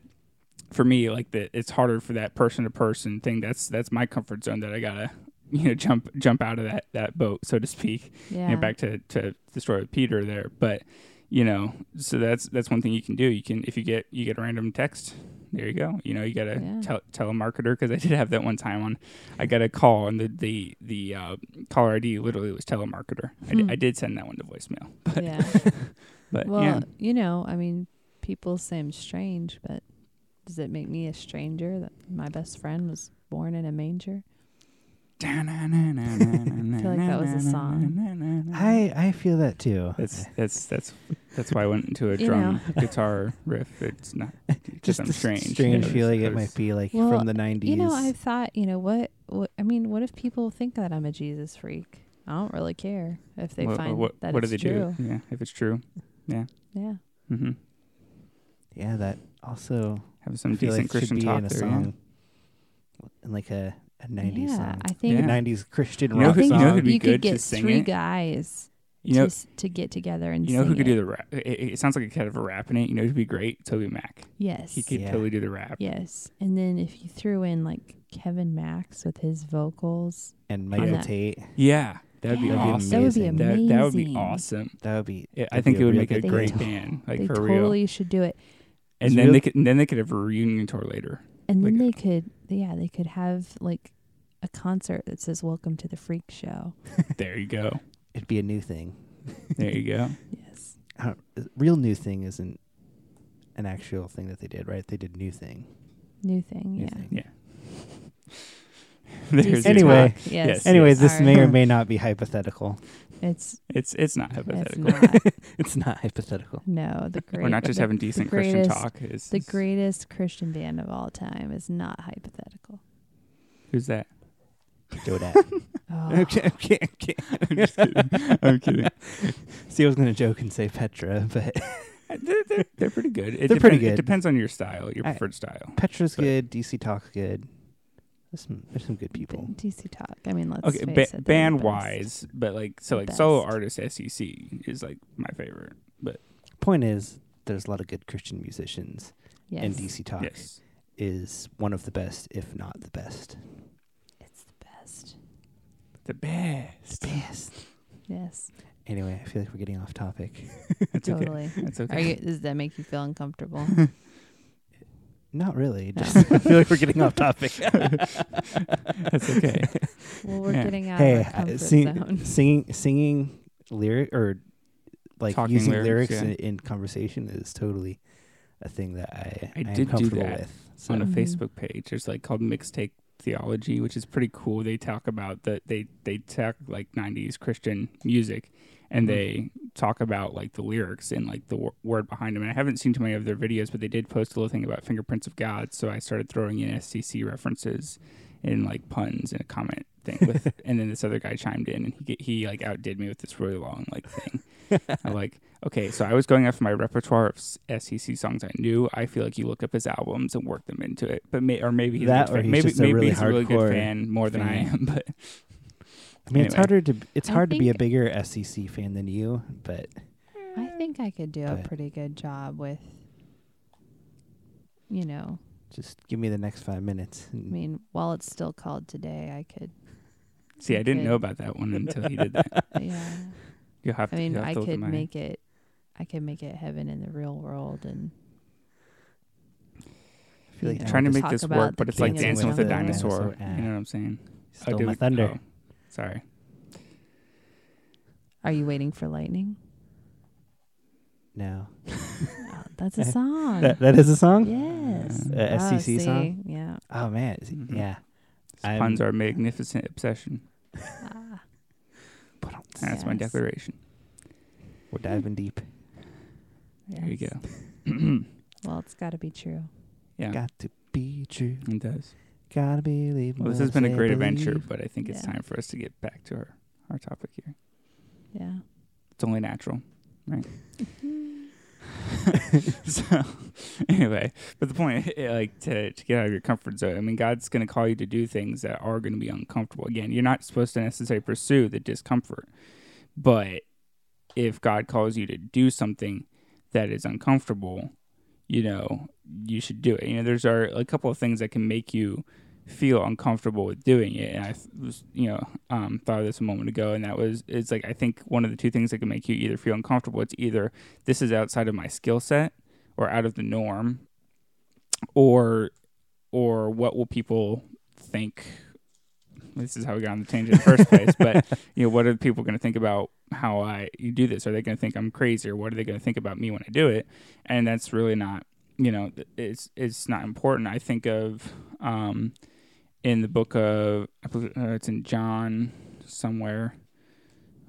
Speaker 3: for me like that it's harder for that person to person thing that's that's my comfort zone that i gotta <laughs> you know jump jump out of that that boat so to speak
Speaker 1: Yeah.
Speaker 3: you know, back to, to the story with Peter there. But you know, so that's that's one thing you can do. You can if you get you get a random text, there you go. You know, you got a
Speaker 1: Yeah.
Speaker 3: tel- telemarketer because I did have that one time on. I got a call and the the the uh, caller ID literally was telemarketer. I d I I,
Speaker 1: Hmm.
Speaker 3: did send that one to voicemail, but
Speaker 1: yeah.
Speaker 3: <laughs> but
Speaker 1: Well,
Speaker 3: yeah,
Speaker 1: you know, <laughs> I mean, people seem strange, but does it make me a stranger that my best friend was born in a manger?
Speaker 3: I
Speaker 1: feel like that was a song.
Speaker 2: I I feel that too.
Speaker 3: That's that's that's that's why I went into a
Speaker 1: You
Speaker 3: drum guitar riff. It's not
Speaker 2: just
Speaker 3: I'm
Speaker 2: the
Speaker 3: strange.
Speaker 2: strange
Speaker 3: Yeah.
Speaker 2: feeling
Speaker 3: Yeah.
Speaker 2: it might be like
Speaker 1: Well,
Speaker 2: from the 90s.
Speaker 1: You know, I've thought, you know, what, what I mean, what if people think that I'm a Jesus freak? I don't really care if <laughs> they
Speaker 3: what,
Speaker 1: find
Speaker 3: what,
Speaker 1: that
Speaker 3: what
Speaker 1: it's
Speaker 3: do they
Speaker 1: true.
Speaker 3: do? Yeah, if it's true,
Speaker 1: Yeah.
Speaker 3: mm-hmm.
Speaker 2: yeah, that also
Speaker 3: have some
Speaker 2: I feel
Speaker 3: decent
Speaker 2: like should
Speaker 3: Christian
Speaker 2: be
Speaker 3: talk
Speaker 2: in a
Speaker 3: there. yeah.
Speaker 2: song, in like a, a 90s
Speaker 1: yeah,
Speaker 2: song,
Speaker 1: I think
Speaker 3: Yeah.
Speaker 2: a 90s Christian
Speaker 3: You know
Speaker 1: I
Speaker 2: rock
Speaker 3: who-
Speaker 1: think
Speaker 3: you know who'd
Speaker 2: song.
Speaker 3: be
Speaker 1: you could
Speaker 3: good to
Speaker 1: get
Speaker 3: sing
Speaker 1: three
Speaker 3: it?
Speaker 1: guys
Speaker 3: You know,
Speaker 1: to, s- to get together and
Speaker 3: you know who
Speaker 1: sing
Speaker 3: could
Speaker 1: it.
Speaker 3: do the rap? It, it it sounds like a kind of a rap in it. You know, who'd be great? Toby Mac.
Speaker 1: Yes.
Speaker 3: He could
Speaker 2: Yeah.
Speaker 3: totally do the rap.
Speaker 1: Yes. And then if you threw in like Kevin Max with his vocals,
Speaker 2: and Michael
Speaker 1: that.
Speaker 2: Tate.
Speaker 3: Yeah, that'd be
Speaker 1: Yeah,
Speaker 3: awesome.
Speaker 1: That would be
Speaker 2: That'd
Speaker 1: amazing.
Speaker 3: That, that would be awesome.
Speaker 2: That would be
Speaker 3: Yeah, I
Speaker 2: That'd
Speaker 3: think
Speaker 2: be
Speaker 3: it
Speaker 2: a
Speaker 3: would
Speaker 2: real
Speaker 3: make a
Speaker 1: good
Speaker 3: great
Speaker 1: band.
Speaker 3: band, like
Speaker 1: they
Speaker 3: for real.
Speaker 1: totally should do it.
Speaker 3: And
Speaker 2: It's
Speaker 3: then
Speaker 2: real-
Speaker 3: they could then they could have a reunion tour later.
Speaker 1: And then
Speaker 3: Like- uh
Speaker 1: they could, yeah, they could have like a concert that says "Welcome to the Freak Show."
Speaker 3: There you go.
Speaker 2: it'd be a new thing.
Speaker 3: There
Speaker 2: <laughs>
Speaker 3: you
Speaker 1: <laughs>
Speaker 3: go. <laughs>
Speaker 1: Yes.
Speaker 2: I don't, real new thing isn't an actual thing that they did, right? They did new thing.
Speaker 1: New thing.
Speaker 2: New
Speaker 1: yeah. <laughs>
Speaker 2: thing.
Speaker 3: Yeah. There's
Speaker 1: Decent
Speaker 3: your
Speaker 2: Anyway.
Speaker 1: talk, Yes.
Speaker 3: Yes.
Speaker 2: Anyway, this
Speaker 1: Sorry.
Speaker 2: may or may not be
Speaker 3: <laughs>
Speaker 2: hypothetical.
Speaker 1: <laughs> It's
Speaker 3: It's it's not
Speaker 1: it's
Speaker 3: hypothetical.
Speaker 1: not.
Speaker 2: It's not hypothetical.
Speaker 1: No, the great.
Speaker 3: <laughs> We're not just
Speaker 1: the,
Speaker 3: having decent Christian
Speaker 1: greatest-
Speaker 3: talk. It's,
Speaker 1: the greatest Christian band of all time is not
Speaker 3: <laughs>
Speaker 1: hypothetical.
Speaker 3: Who's that?
Speaker 2: <laughs>
Speaker 3: <laughs>
Speaker 2: Jodat.
Speaker 1: Oh,
Speaker 2: okay, okay, okay.
Speaker 3: I'm just kidding. I'm kidding.
Speaker 2: See, I was gonna joke and say Petra, <laughs> but
Speaker 3: They're, they're, they're pretty good. It
Speaker 2: They're pretty
Speaker 3: depen- It
Speaker 2: good.
Speaker 3: depends on your style, your
Speaker 2: I-
Speaker 3: preferred style.
Speaker 2: Petra's
Speaker 3: But-
Speaker 2: good. DC Talk's good. There's some there's some good people.
Speaker 1: DC Talk. I mean, let's
Speaker 3: okay,
Speaker 1: face it,
Speaker 3: ba-
Speaker 1: they're the
Speaker 3: band
Speaker 1: best.
Speaker 3: wise, but like so,
Speaker 1: The
Speaker 3: like solo
Speaker 1: best.
Speaker 3: artist SEC is like my favorite.
Speaker 2: Point is, there's a lot of good Christian musicians,
Speaker 1: Yes.
Speaker 2: and DC Talk
Speaker 3: Yes,
Speaker 2: is one of the best, if not the best.
Speaker 1: It's the best.
Speaker 3: the best.
Speaker 2: Best.
Speaker 1: Yes.
Speaker 2: Anyway, I feel like we're getting off topic. <laughs>
Speaker 3: That's okay.
Speaker 1: totally.
Speaker 3: That's
Speaker 1: Are
Speaker 3: <laughs> okay.
Speaker 1: you, does that make you feel uncomfortable?
Speaker 2: Not really. Just <laughs> I feel like we're
Speaker 1: <laughs>
Speaker 2: getting off topic.
Speaker 3: That's okay.
Speaker 1: well, we're
Speaker 3: Yeah.
Speaker 1: getting out
Speaker 2: hey,
Speaker 1: of our comfort
Speaker 2: uh, sing,
Speaker 1: zone.
Speaker 2: <laughs> singing singing lyric or like
Speaker 3: Talking
Speaker 2: using lyrics,
Speaker 3: lyrics, yeah.
Speaker 2: in, in conversation is totally a thing that I
Speaker 3: I
Speaker 2: am
Speaker 3: did do
Speaker 2: comfortable
Speaker 3: that
Speaker 2: with. So
Speaker 3: on a
Speaker 1: Mhm.
Speaker 3: Facebook page. There's like called Mixtape Theology, which is pretty cool. They talk about that they they talk like 90s Christian music, and
Speaker 2: Mhm.
Speaker 3: they talk about like the lyrics and like the w- word behind them. And I haven't seen too many of their videos, but they did post a little thing about fingerprints of God. So I started throwing in SCC references and like puns and a comment thing
Speaker 2: <laughs>
Speaker 3: with, and then this other guy chimed in and he get- he like outdid me with this really long
Speaker 2: <laughs>
Speaker 3: like thing. I'm like, okay, so I was going off my repertoire of s- SEC songs I knew. I feel like you look up his albums and work them into it, but may, or maybe he's, a
Speaker 2: That
Speaker 3: good
Speaker 2: or
Speaker 3: fan.
Speaker 2: he's
Speaker 3: maybe
Speaker 2: just a
Speaker 3: maybe
Speaker 2: really
Speaker 3: he's a really good
Speaker 2: hardcore
Speaker 3: fan more than I
Speaker 2: fan.
Speaker 3: am. <laughs>
Speaker 2: I
Speaker 3: But
Speaker 2: mean, it's
Speaker 3: Anyway.
Speaker 2: harder to it's
Speaker 1: I
Speaker 2: hard to be a
Speaker 1: think-
Speaker 2: bigger SEC fan than you, but
Speaker 1: I think I could do a
Speaker 2: But-
Speaker 1: pretty good job with, you know,
Speaker 2: just give me the next five minutes.
Speaker 1: I mean, while it's still called today, I
Speaker 3: <laughs>
Speaker 1: could,
Speaker 3: <laughs> see, I didn't
Speaker 1: Okay.
Speaker 3: know about that one until he
Speaker 1: <laughs>
Speaker 3: did that.
Speaker 1: yeah.
Speaker 3: You have
Speaker 1: I
Speaker 3: to.
Speaker 1: mean,
Speaker 3: you'll have
Speaker 1: I
Speaker 3: to look at
Speaker 1: could
Speaker 3: my-
Speaker 1: make it, I could make it heaven in the real world and
Speaker 2: I feel like
Speaker 1: you know,
Speaker 3: trying to make
Speaker 1: talk
Speaker 3: this
Speaker 1: about
Speaker 3: work,
Speaker 1: the
Speaker 3: but it's
Speaker 1: king
Speaker 3: like
Speaker 1: of the
Speaker 3: dancing with a
Speaker 1: jungle.
Speaker 3: dinosaur.
Speaker 2: Dinosaur,
Speaker 3: You know
Speaker 2: ah.
Speaker 3: what I'm saying? Oh,
Speaker 2: Stole
Speaker 3: did
Speaker 2: my
Speaker 3: we-
Speaker 2: thunder.
Speaker 3: oh, sorry.
Speaker 1: Are you waiting for lightning?
Speaker 2: No,
Speaker 1: Oh, That's a song.
Speaker 2: That, that is a song.
Speaker 1: yes.
Speaker 2: Uh,
Speaker 1: oh,
Speaker 2: SCC song?
Speaker 1: see, Yeah.
Speaker 2: Oh man, is-
Speaker 3: Mhm.
Speaker 2: yeah. I'm-
Speaker 3: Puns are a magnificent obsession.
Speaker 1: Ah.
Speaker 3: That's my
Speaker 1: Yes.
Speaker 3: declaration.
Speaker 1: Hmm.
Speaker 2: We're diving deep.
Speaker 3: There you
Speaker 1: Yes.
Speaker 3: go.
Speaker 1: Well, it's got to be true.
Speaker 3: yeah,
Speaker 2: Got to be true.
Speaker 3: it does.
Speaker 2: Gotta believe.
Speaker 3: Well, this
Speaker 2: what
Speaker 3: has been a
Speaker 2: they
Speaker 3: great adventure,
Speaker 2: believe.
Speaker 3: but I think it's
Speaker 1: Yeah.
Speaker 3: time for us to get back to our, our topic here.
Speaker 1: Yeah.
Speaker 3: It's only natural,
Speaker 1: <laughs>
Speaker 3: right? <laughs> so, anyway, but the point, eh, like, to, to get out of your comfort zone, I mean, God's going to call you to do things that are going to be uncomfortable. Again, you're not supposed to necessarily pursue the discomfort, but if God calls you to do something that is uncomfortable, you know, you should do it. You know, there's are a couple of things that can make you feel uncomfortable with doing it. And I th- was, you know, um, thought of this a moment ago, and that was it's like I think one of the two things that can make you either feel uncomfortable. It's either this is outside of my skill set or out of the norm, or or what will people think? This is how we got on the tangent in the first place. But you know, what are people going to think about how I you do this? Are they going to think I'm crazy, or what are they going to think about me when I do it? And that's really not, you know, th- it's it's not important. I think of um, in the book of I believe, uh, it's in John somewhere,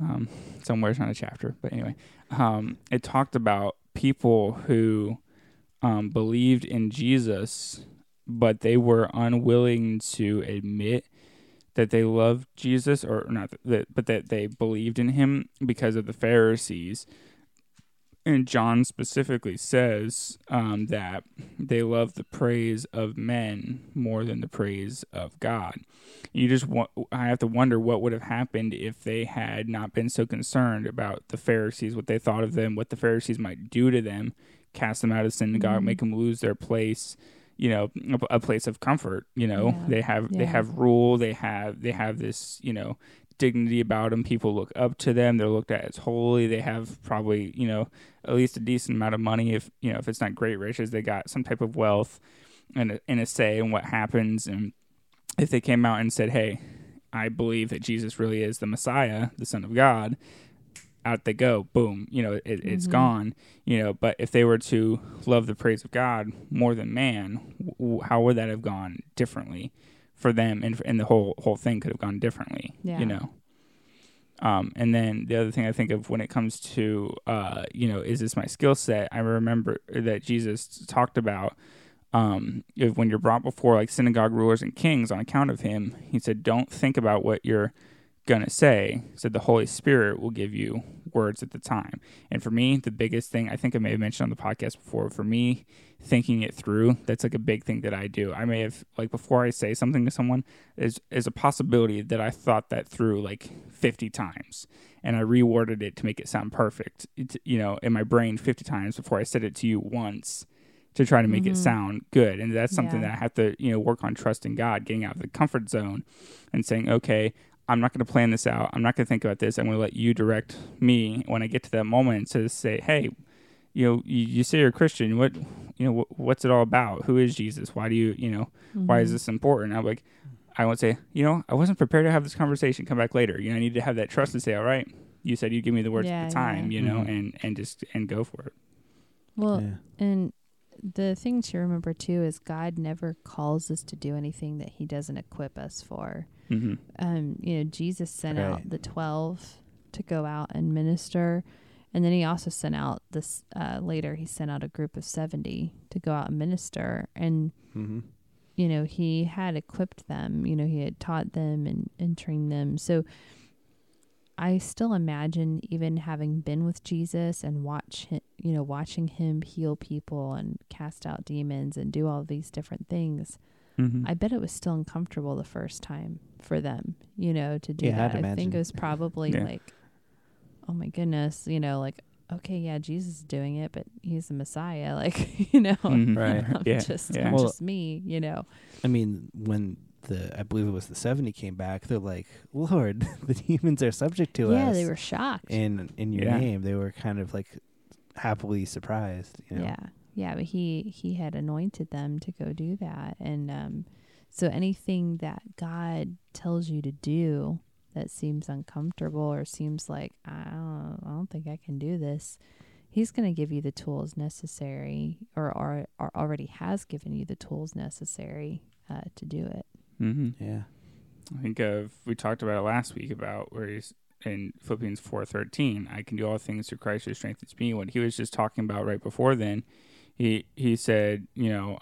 Speaker 3: um, somewhere it's not a chapter, but anyway, um, it talked about people who um, believed in Jesus, but they were unwilling to admit that they loved Jesus or not that but that they believed in him because of the Pharisees. And John specifically says um, that they love the praise of men more than the praise of God. You just wa- I have to wonder what would have happened if they had not been so concerned about the Pharisees, what they thought of them, what the Pharisees might do to them, cast them out of synagogue,
Speaker 1: Mhm.
Speaker 3: make them lose their place, you know, a, a place of comfort. You know,
Speaker 1: Yeah.
Speaker 3: they have they
Speaker 1: Yeah.
Speaker 3: have rule, they have they have this you know dignity about them. People look up to them. They're looked at as holy. They have probably you know at least a decent amount of money if you know if it's not great riches they got some type of wealth and a, and a say in what happens and if they came out and said hey i believe that jesus really is the messiah the son of god out they go boom you know it, it's
Speaker 1: Mhm.
Speaker 3: gone you know but if they were to love the praise of god more than man w- how would that have gone differently for them and, and the whole whole thing could have gone differently
Speaker 1: Yeah.
Speaker 3: you know um, and then the other thing I think of when it comes to, uh, you know, is this my skill set? I remember that Jesus talked about um, if when you're brought before like synagogue rulers and kings on account of him, he said, don't think about what you're going to say. He said, the Holy Spirit will give you words at the time. And for me, the biggest thing I think I may have mentioned on the podcast before, for me, thinking it through, that's like a big thing that I do. I may have, like, before I say something to someone, is is a possibility that I thought that through like 50 times and I reworded it to make it sound perfect, it, you know, in my brain 50 times before I said it to you once to try to make
Speaker 1: Mhm.
Speaker 3: it sound good. And that's something
Speaker 1: Yeah.
Speaker 3: that I have to, you know, work on trusting God, getting out of the comfort zone and saying, okay, I'm not going to plan this out. I'm not going to think about this. I'm going to let you direct me when I get to that moment to say, hey, you know, you, you say you're a Christian. What, you know, wh- what's it all about? Who is Jesus? Why do you, you know, why is
Speaker 1: Mhm.
Speaker 3: this important? I'm like, I won't say, you know, I wasn't prepared to have this conversation. Come back later. You know, I need to have that trust to say, all right, you said you give me the words
Speaker 1: Yeah,
Speaker 3: at the time,
Speaker 1: yeah. Mm-hmm.
Speaker 3: you know,
Speaker 2: Mhm.
Speaker 3: and and just and go for it.
Speaker 1: Well,
Speaker 2: Yeah.
Speaker 1: and the thing to remember too is God never calls us to do anything that He doesn't equip us for.
Speaker 3: hmm
Speaker 1: um, you know, Jesus sent
Speaker 2: Right.
Speaker 1: out the 12 to go out and minister. And then he also sent out this uh, later, he sent out a group of 70 to go out and minister. And,
Speaker 2: Mhm.
Speaker 1: you know, he had equipped them, you know, he had taught them and, and trained them. So I still imagine even having been with Jesus and watch him, you know, watching him heal people and cast out demons and do all these different things.
Speaker 3: Mm-hmm.
Speaker 2: Mm.
Speaker 1: I bet it was still uncomfortable the first time for them, you know, to do
Speaker 2: Yeah,
Speaker 1: that.
Speaker 2: I'd
Speaker 1: I think
Speaker 2: imagine.
Speaker 1: it was probably
Speaker 3: Yeah.
Speaker 1: like, oh my goodness, you know, like, okay, yeah, Jesus is doing it, but he's the Messiah. Like, <laughs> you know,
Speaker 2: Mm-hmm. Right.
Speaker 1: I'm
Speaker 3: Yeah.
Speaker 1: just,
Speaker 3: yeah.
Speaker 1: I'm
Speaker 2: Well-
Speaker 1: just me, you know.
Speaker 2: I mean, when the I believe it was the seventy came back, they're like, "Lord, <laughs> the demons are subject to us."
Speaker 1: Yeah, they were shocked.
Speaker 2: in in your
Speaker 3: Yeah.
Speaker 2: name. They were kind of like happily surprised. You know?
Speaker 1: Yeah. Yeah, but he he had anointed them to go do that. And um so anything that God tells you to do that seems uncomfortable or seems like I don't, I don't think I can do this, He's going to give you the tools necessary, or, or, or already has given you the tools necessary uh, to do it.
Speaker 3: Mm-hmm.
Speaker 2: Yeah.
Speaker 3: I think of we talked about it last week about where he's in Philippians four thirteen. I can do all things through Christ who strengthens me. What he was just talking about right before then, he he said, you know,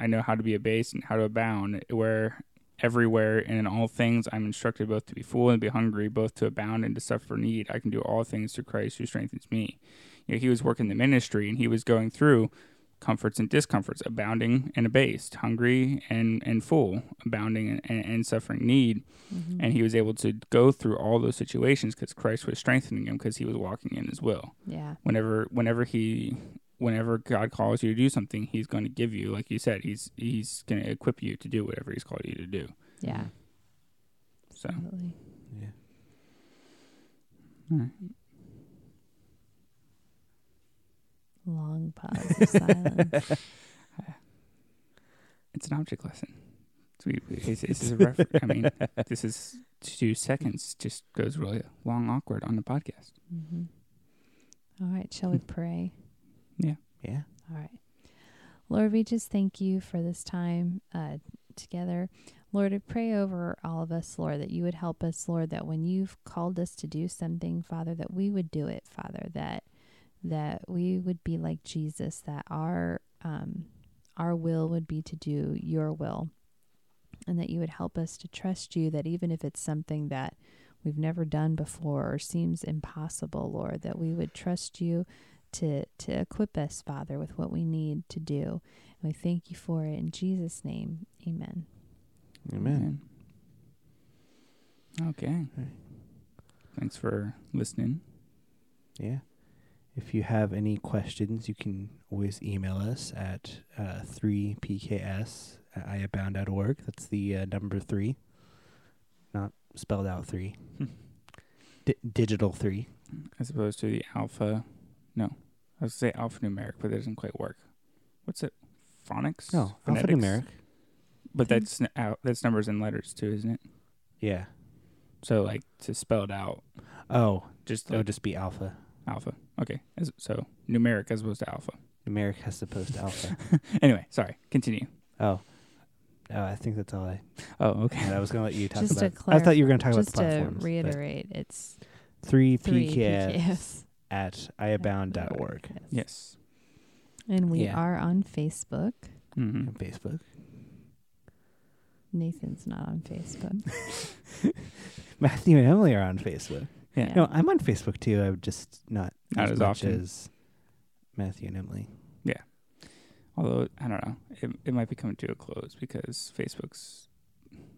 Speaker 3: I know how to be abased and how to abound. Where everywhere and in all things I'm instructed both to be full and be hungry, both to abound and to suffer need. I can do all things through Christ who strengthens me. You know, he was working the ministry and he was going through comforts and discomforts, abounding and abased, hungry and, and full, abounding and, and suffering need.
Speaker 1: Mhm.
Speaker 3: And he was able to go through all those situations because Christ was strengthening him because he was walking in his will.
Speaker 1: yeah.
Speaker 3: Whenever whenever he whenever God calls you to do something, he's going to give you, like you said, he's he's going to equip you to do whatever he's called you to do.
Speaker 1: Yeah.
Speaker 3: So
Speaker 2: Mm-hmm.
Speaker 1: Absolutely.
Speaker 2: Yeah.
Speaker 1: Long pause of silence. <laughs>
Speaker 3: it's an object lesson. It's, we, we- it's, this is a refer- I mean, this is two seconds just goes really long, awkward on the podcast.
Speaker 1: Mhm. All right. Shall we pray?
Speaker 2: Yeah.
Speaker 1: All right. Lord, we just thank you for this time uh, together. Lord, I pray over all of us, Lord, that you would help us, Lord, that when you've called us to do something, Father, that we would do it, Father, that that we would be like Jesus, that our um, our will would be to do your will, and that you would help us to trust you, that even if it's something that we've never done before or seems impossible, Lord, that we would trust you to to equip us, Father, with what we need to do. And we thank you for it in Jesus' name. Amen.
Speaker 2: Amen.
Speaker 3: Amen. Okay.
Speaker 2: Alright.
Speaker 3: Thanks for listening.
Speaker 2: Yeah. If you have any questions, you can always email us at uh, 3pks at iabound.org. That's the uh, number three, not spelled out three,
Speaker 1: Hmm.
Speaker 2: D- digital three.
Speaker 3: As opposed to the alpha, no, I was gonna say alphanumeric, but that doesn't quite work. What's it? Phonics?
Speaker 1: Oh,
Speaker 2: No,
Speaker 3: Phonetics?
Speaker 2: alphanumeric.
Speaker 3: But that's n- al- that's numbers and letters too, isn't it?
Speaker 2: Yeah.
Speaker 3: So like to spell it out,
Speaker 2: Oh,
Speaker 3: just
Speaker 2: it would
Speaker 3: like
Speaker 2: just be alpha.
Speaker 3: alpha. Okay, as, so numeric as opposed to alpha.
Speaker 2: Numeric has to
Speaker 1: <laughs>
Speaker 2: post alpha.
Speaker 3: Anyway, sorry. Continue.
Speaker 2: Oh. Oh, I think that's all I.
Speaker 3: Oh, okay.
Speaker 2: I was gonna let you talk
Speaker 1: Just to
Speaker 2: about. I thought you were gonna talk
Speaker 1: Just
Speaker 2: about the
Speaker 1: to
Speaker 2: platforms.
Speaker 1: reiterate, it's
Speaker 2: Three
Speaker 1: three
Speaker 2: pks
Speaker 1: PKS.
Speaker 2: at iabound.org
Speaker 1: <laughs> Yes.
Speaker 3: Yes.
Speaker 1: And we
Speaker 2: Yeah.
Speaker 1: are on Facebook.
Speaker 3: hmm
Speaker 2: and Facebook.
Speaker 1: Nathan's not on Facebook.
Speaker 2: <laughs> Matthew and Emily are on Facebook.
Speaker 3: Yeah.
Speaker 2: No, I'm on Facebook too. I'm just not,
Speaker 3: Not
Speaker 2: as,
Speaker 3: as
Speaker 2: much
Speaker 3: often.
Speaker 2: as Matthew and Emily.
Speaker 3: Although I don't know, it, it might be coming to a close because Facebook's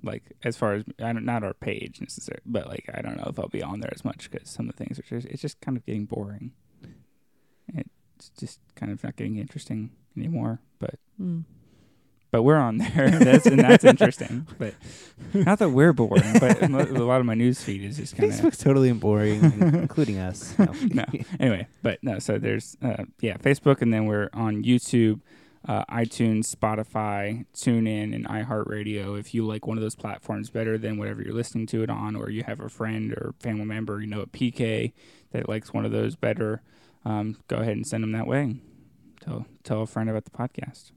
Speaker 3: like as far as I don't, not our page necessarily, but like I don't know if I'll be on there as much because some of the things are just it's just kind of getting boring. It's just kind of not getting interesting anymore. But
Speaker 1: Mm.
Speaker 3: but we're on there. <laughs> That's and that's interesting. But not that we're boring, but mo- a lot of my news feed is
Speaker 2: <laughs>
Speaker 3: just kind of
Speaker 2: Facebook's totally
Speaker 3: <laughs>
Speaker 2: boring, in- including us. No.
Speaker 3: no. Anyway, but no. So there's uh, yeah, Facebook, and then we're on YouTube, uh, iTunes, Spotify, TuneIn, and iHeartRadio. If you like one of those platforms better than whatever you're listening to it on, or you have a friend or family member you know at PK that likes one of those better, um, go ahead and send them that way. Tell tell a friend about the podcast.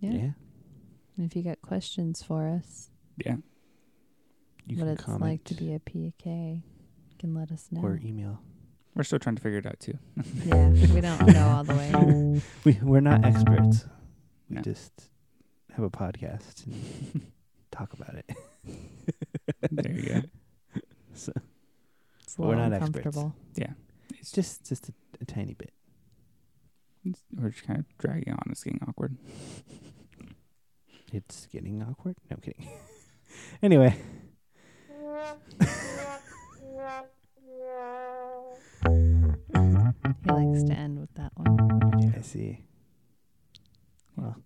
Speaker 1: Yeah.
Speaker 2: yeah.
Speaker 1: And if you got questions for us,
Speaker 3: Yeah.
Speaker 2: You
Speaker 1: what
Speaker 2: can
Speaker 1: it's
Speaker 2: comment
Speaker 1: like to be a PK, you can let us know.
Speaker 2: or email.
Speaker 3: We're still trying to figure it out too.
Speaker 1: yeah, we don't know all
Speaker 2: <laughs>
Speaker 1: the way.
Speaker 2: We we're not experts. We
Speaker 3: No.
Speaker 2: just have a podcast and
Speaker 3: <laughs>
Speaker 2: talk about it.
Speaker 3: there you go.
Speaker 2: So
Speaker 1: It's a
Speaker 2: We're
Speaker 1: little
Speaker 2: not experts.
Speaker 1: uncomfortable.
Speaker 3: It's
Speaker 2: just
Speaker 3: just
Speaker 2: just a, a tiny bit.
Speaker 3: we're just kind of dragging on. It's getting awkward.
Speaker 2: It's getting awkward. No I'm kidding. <laughs> anyway,
Speaker 1: He likes to end with that one.
Speaker 2: I see. Well,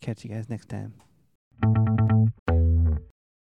Speaker 2: catch you guys next time.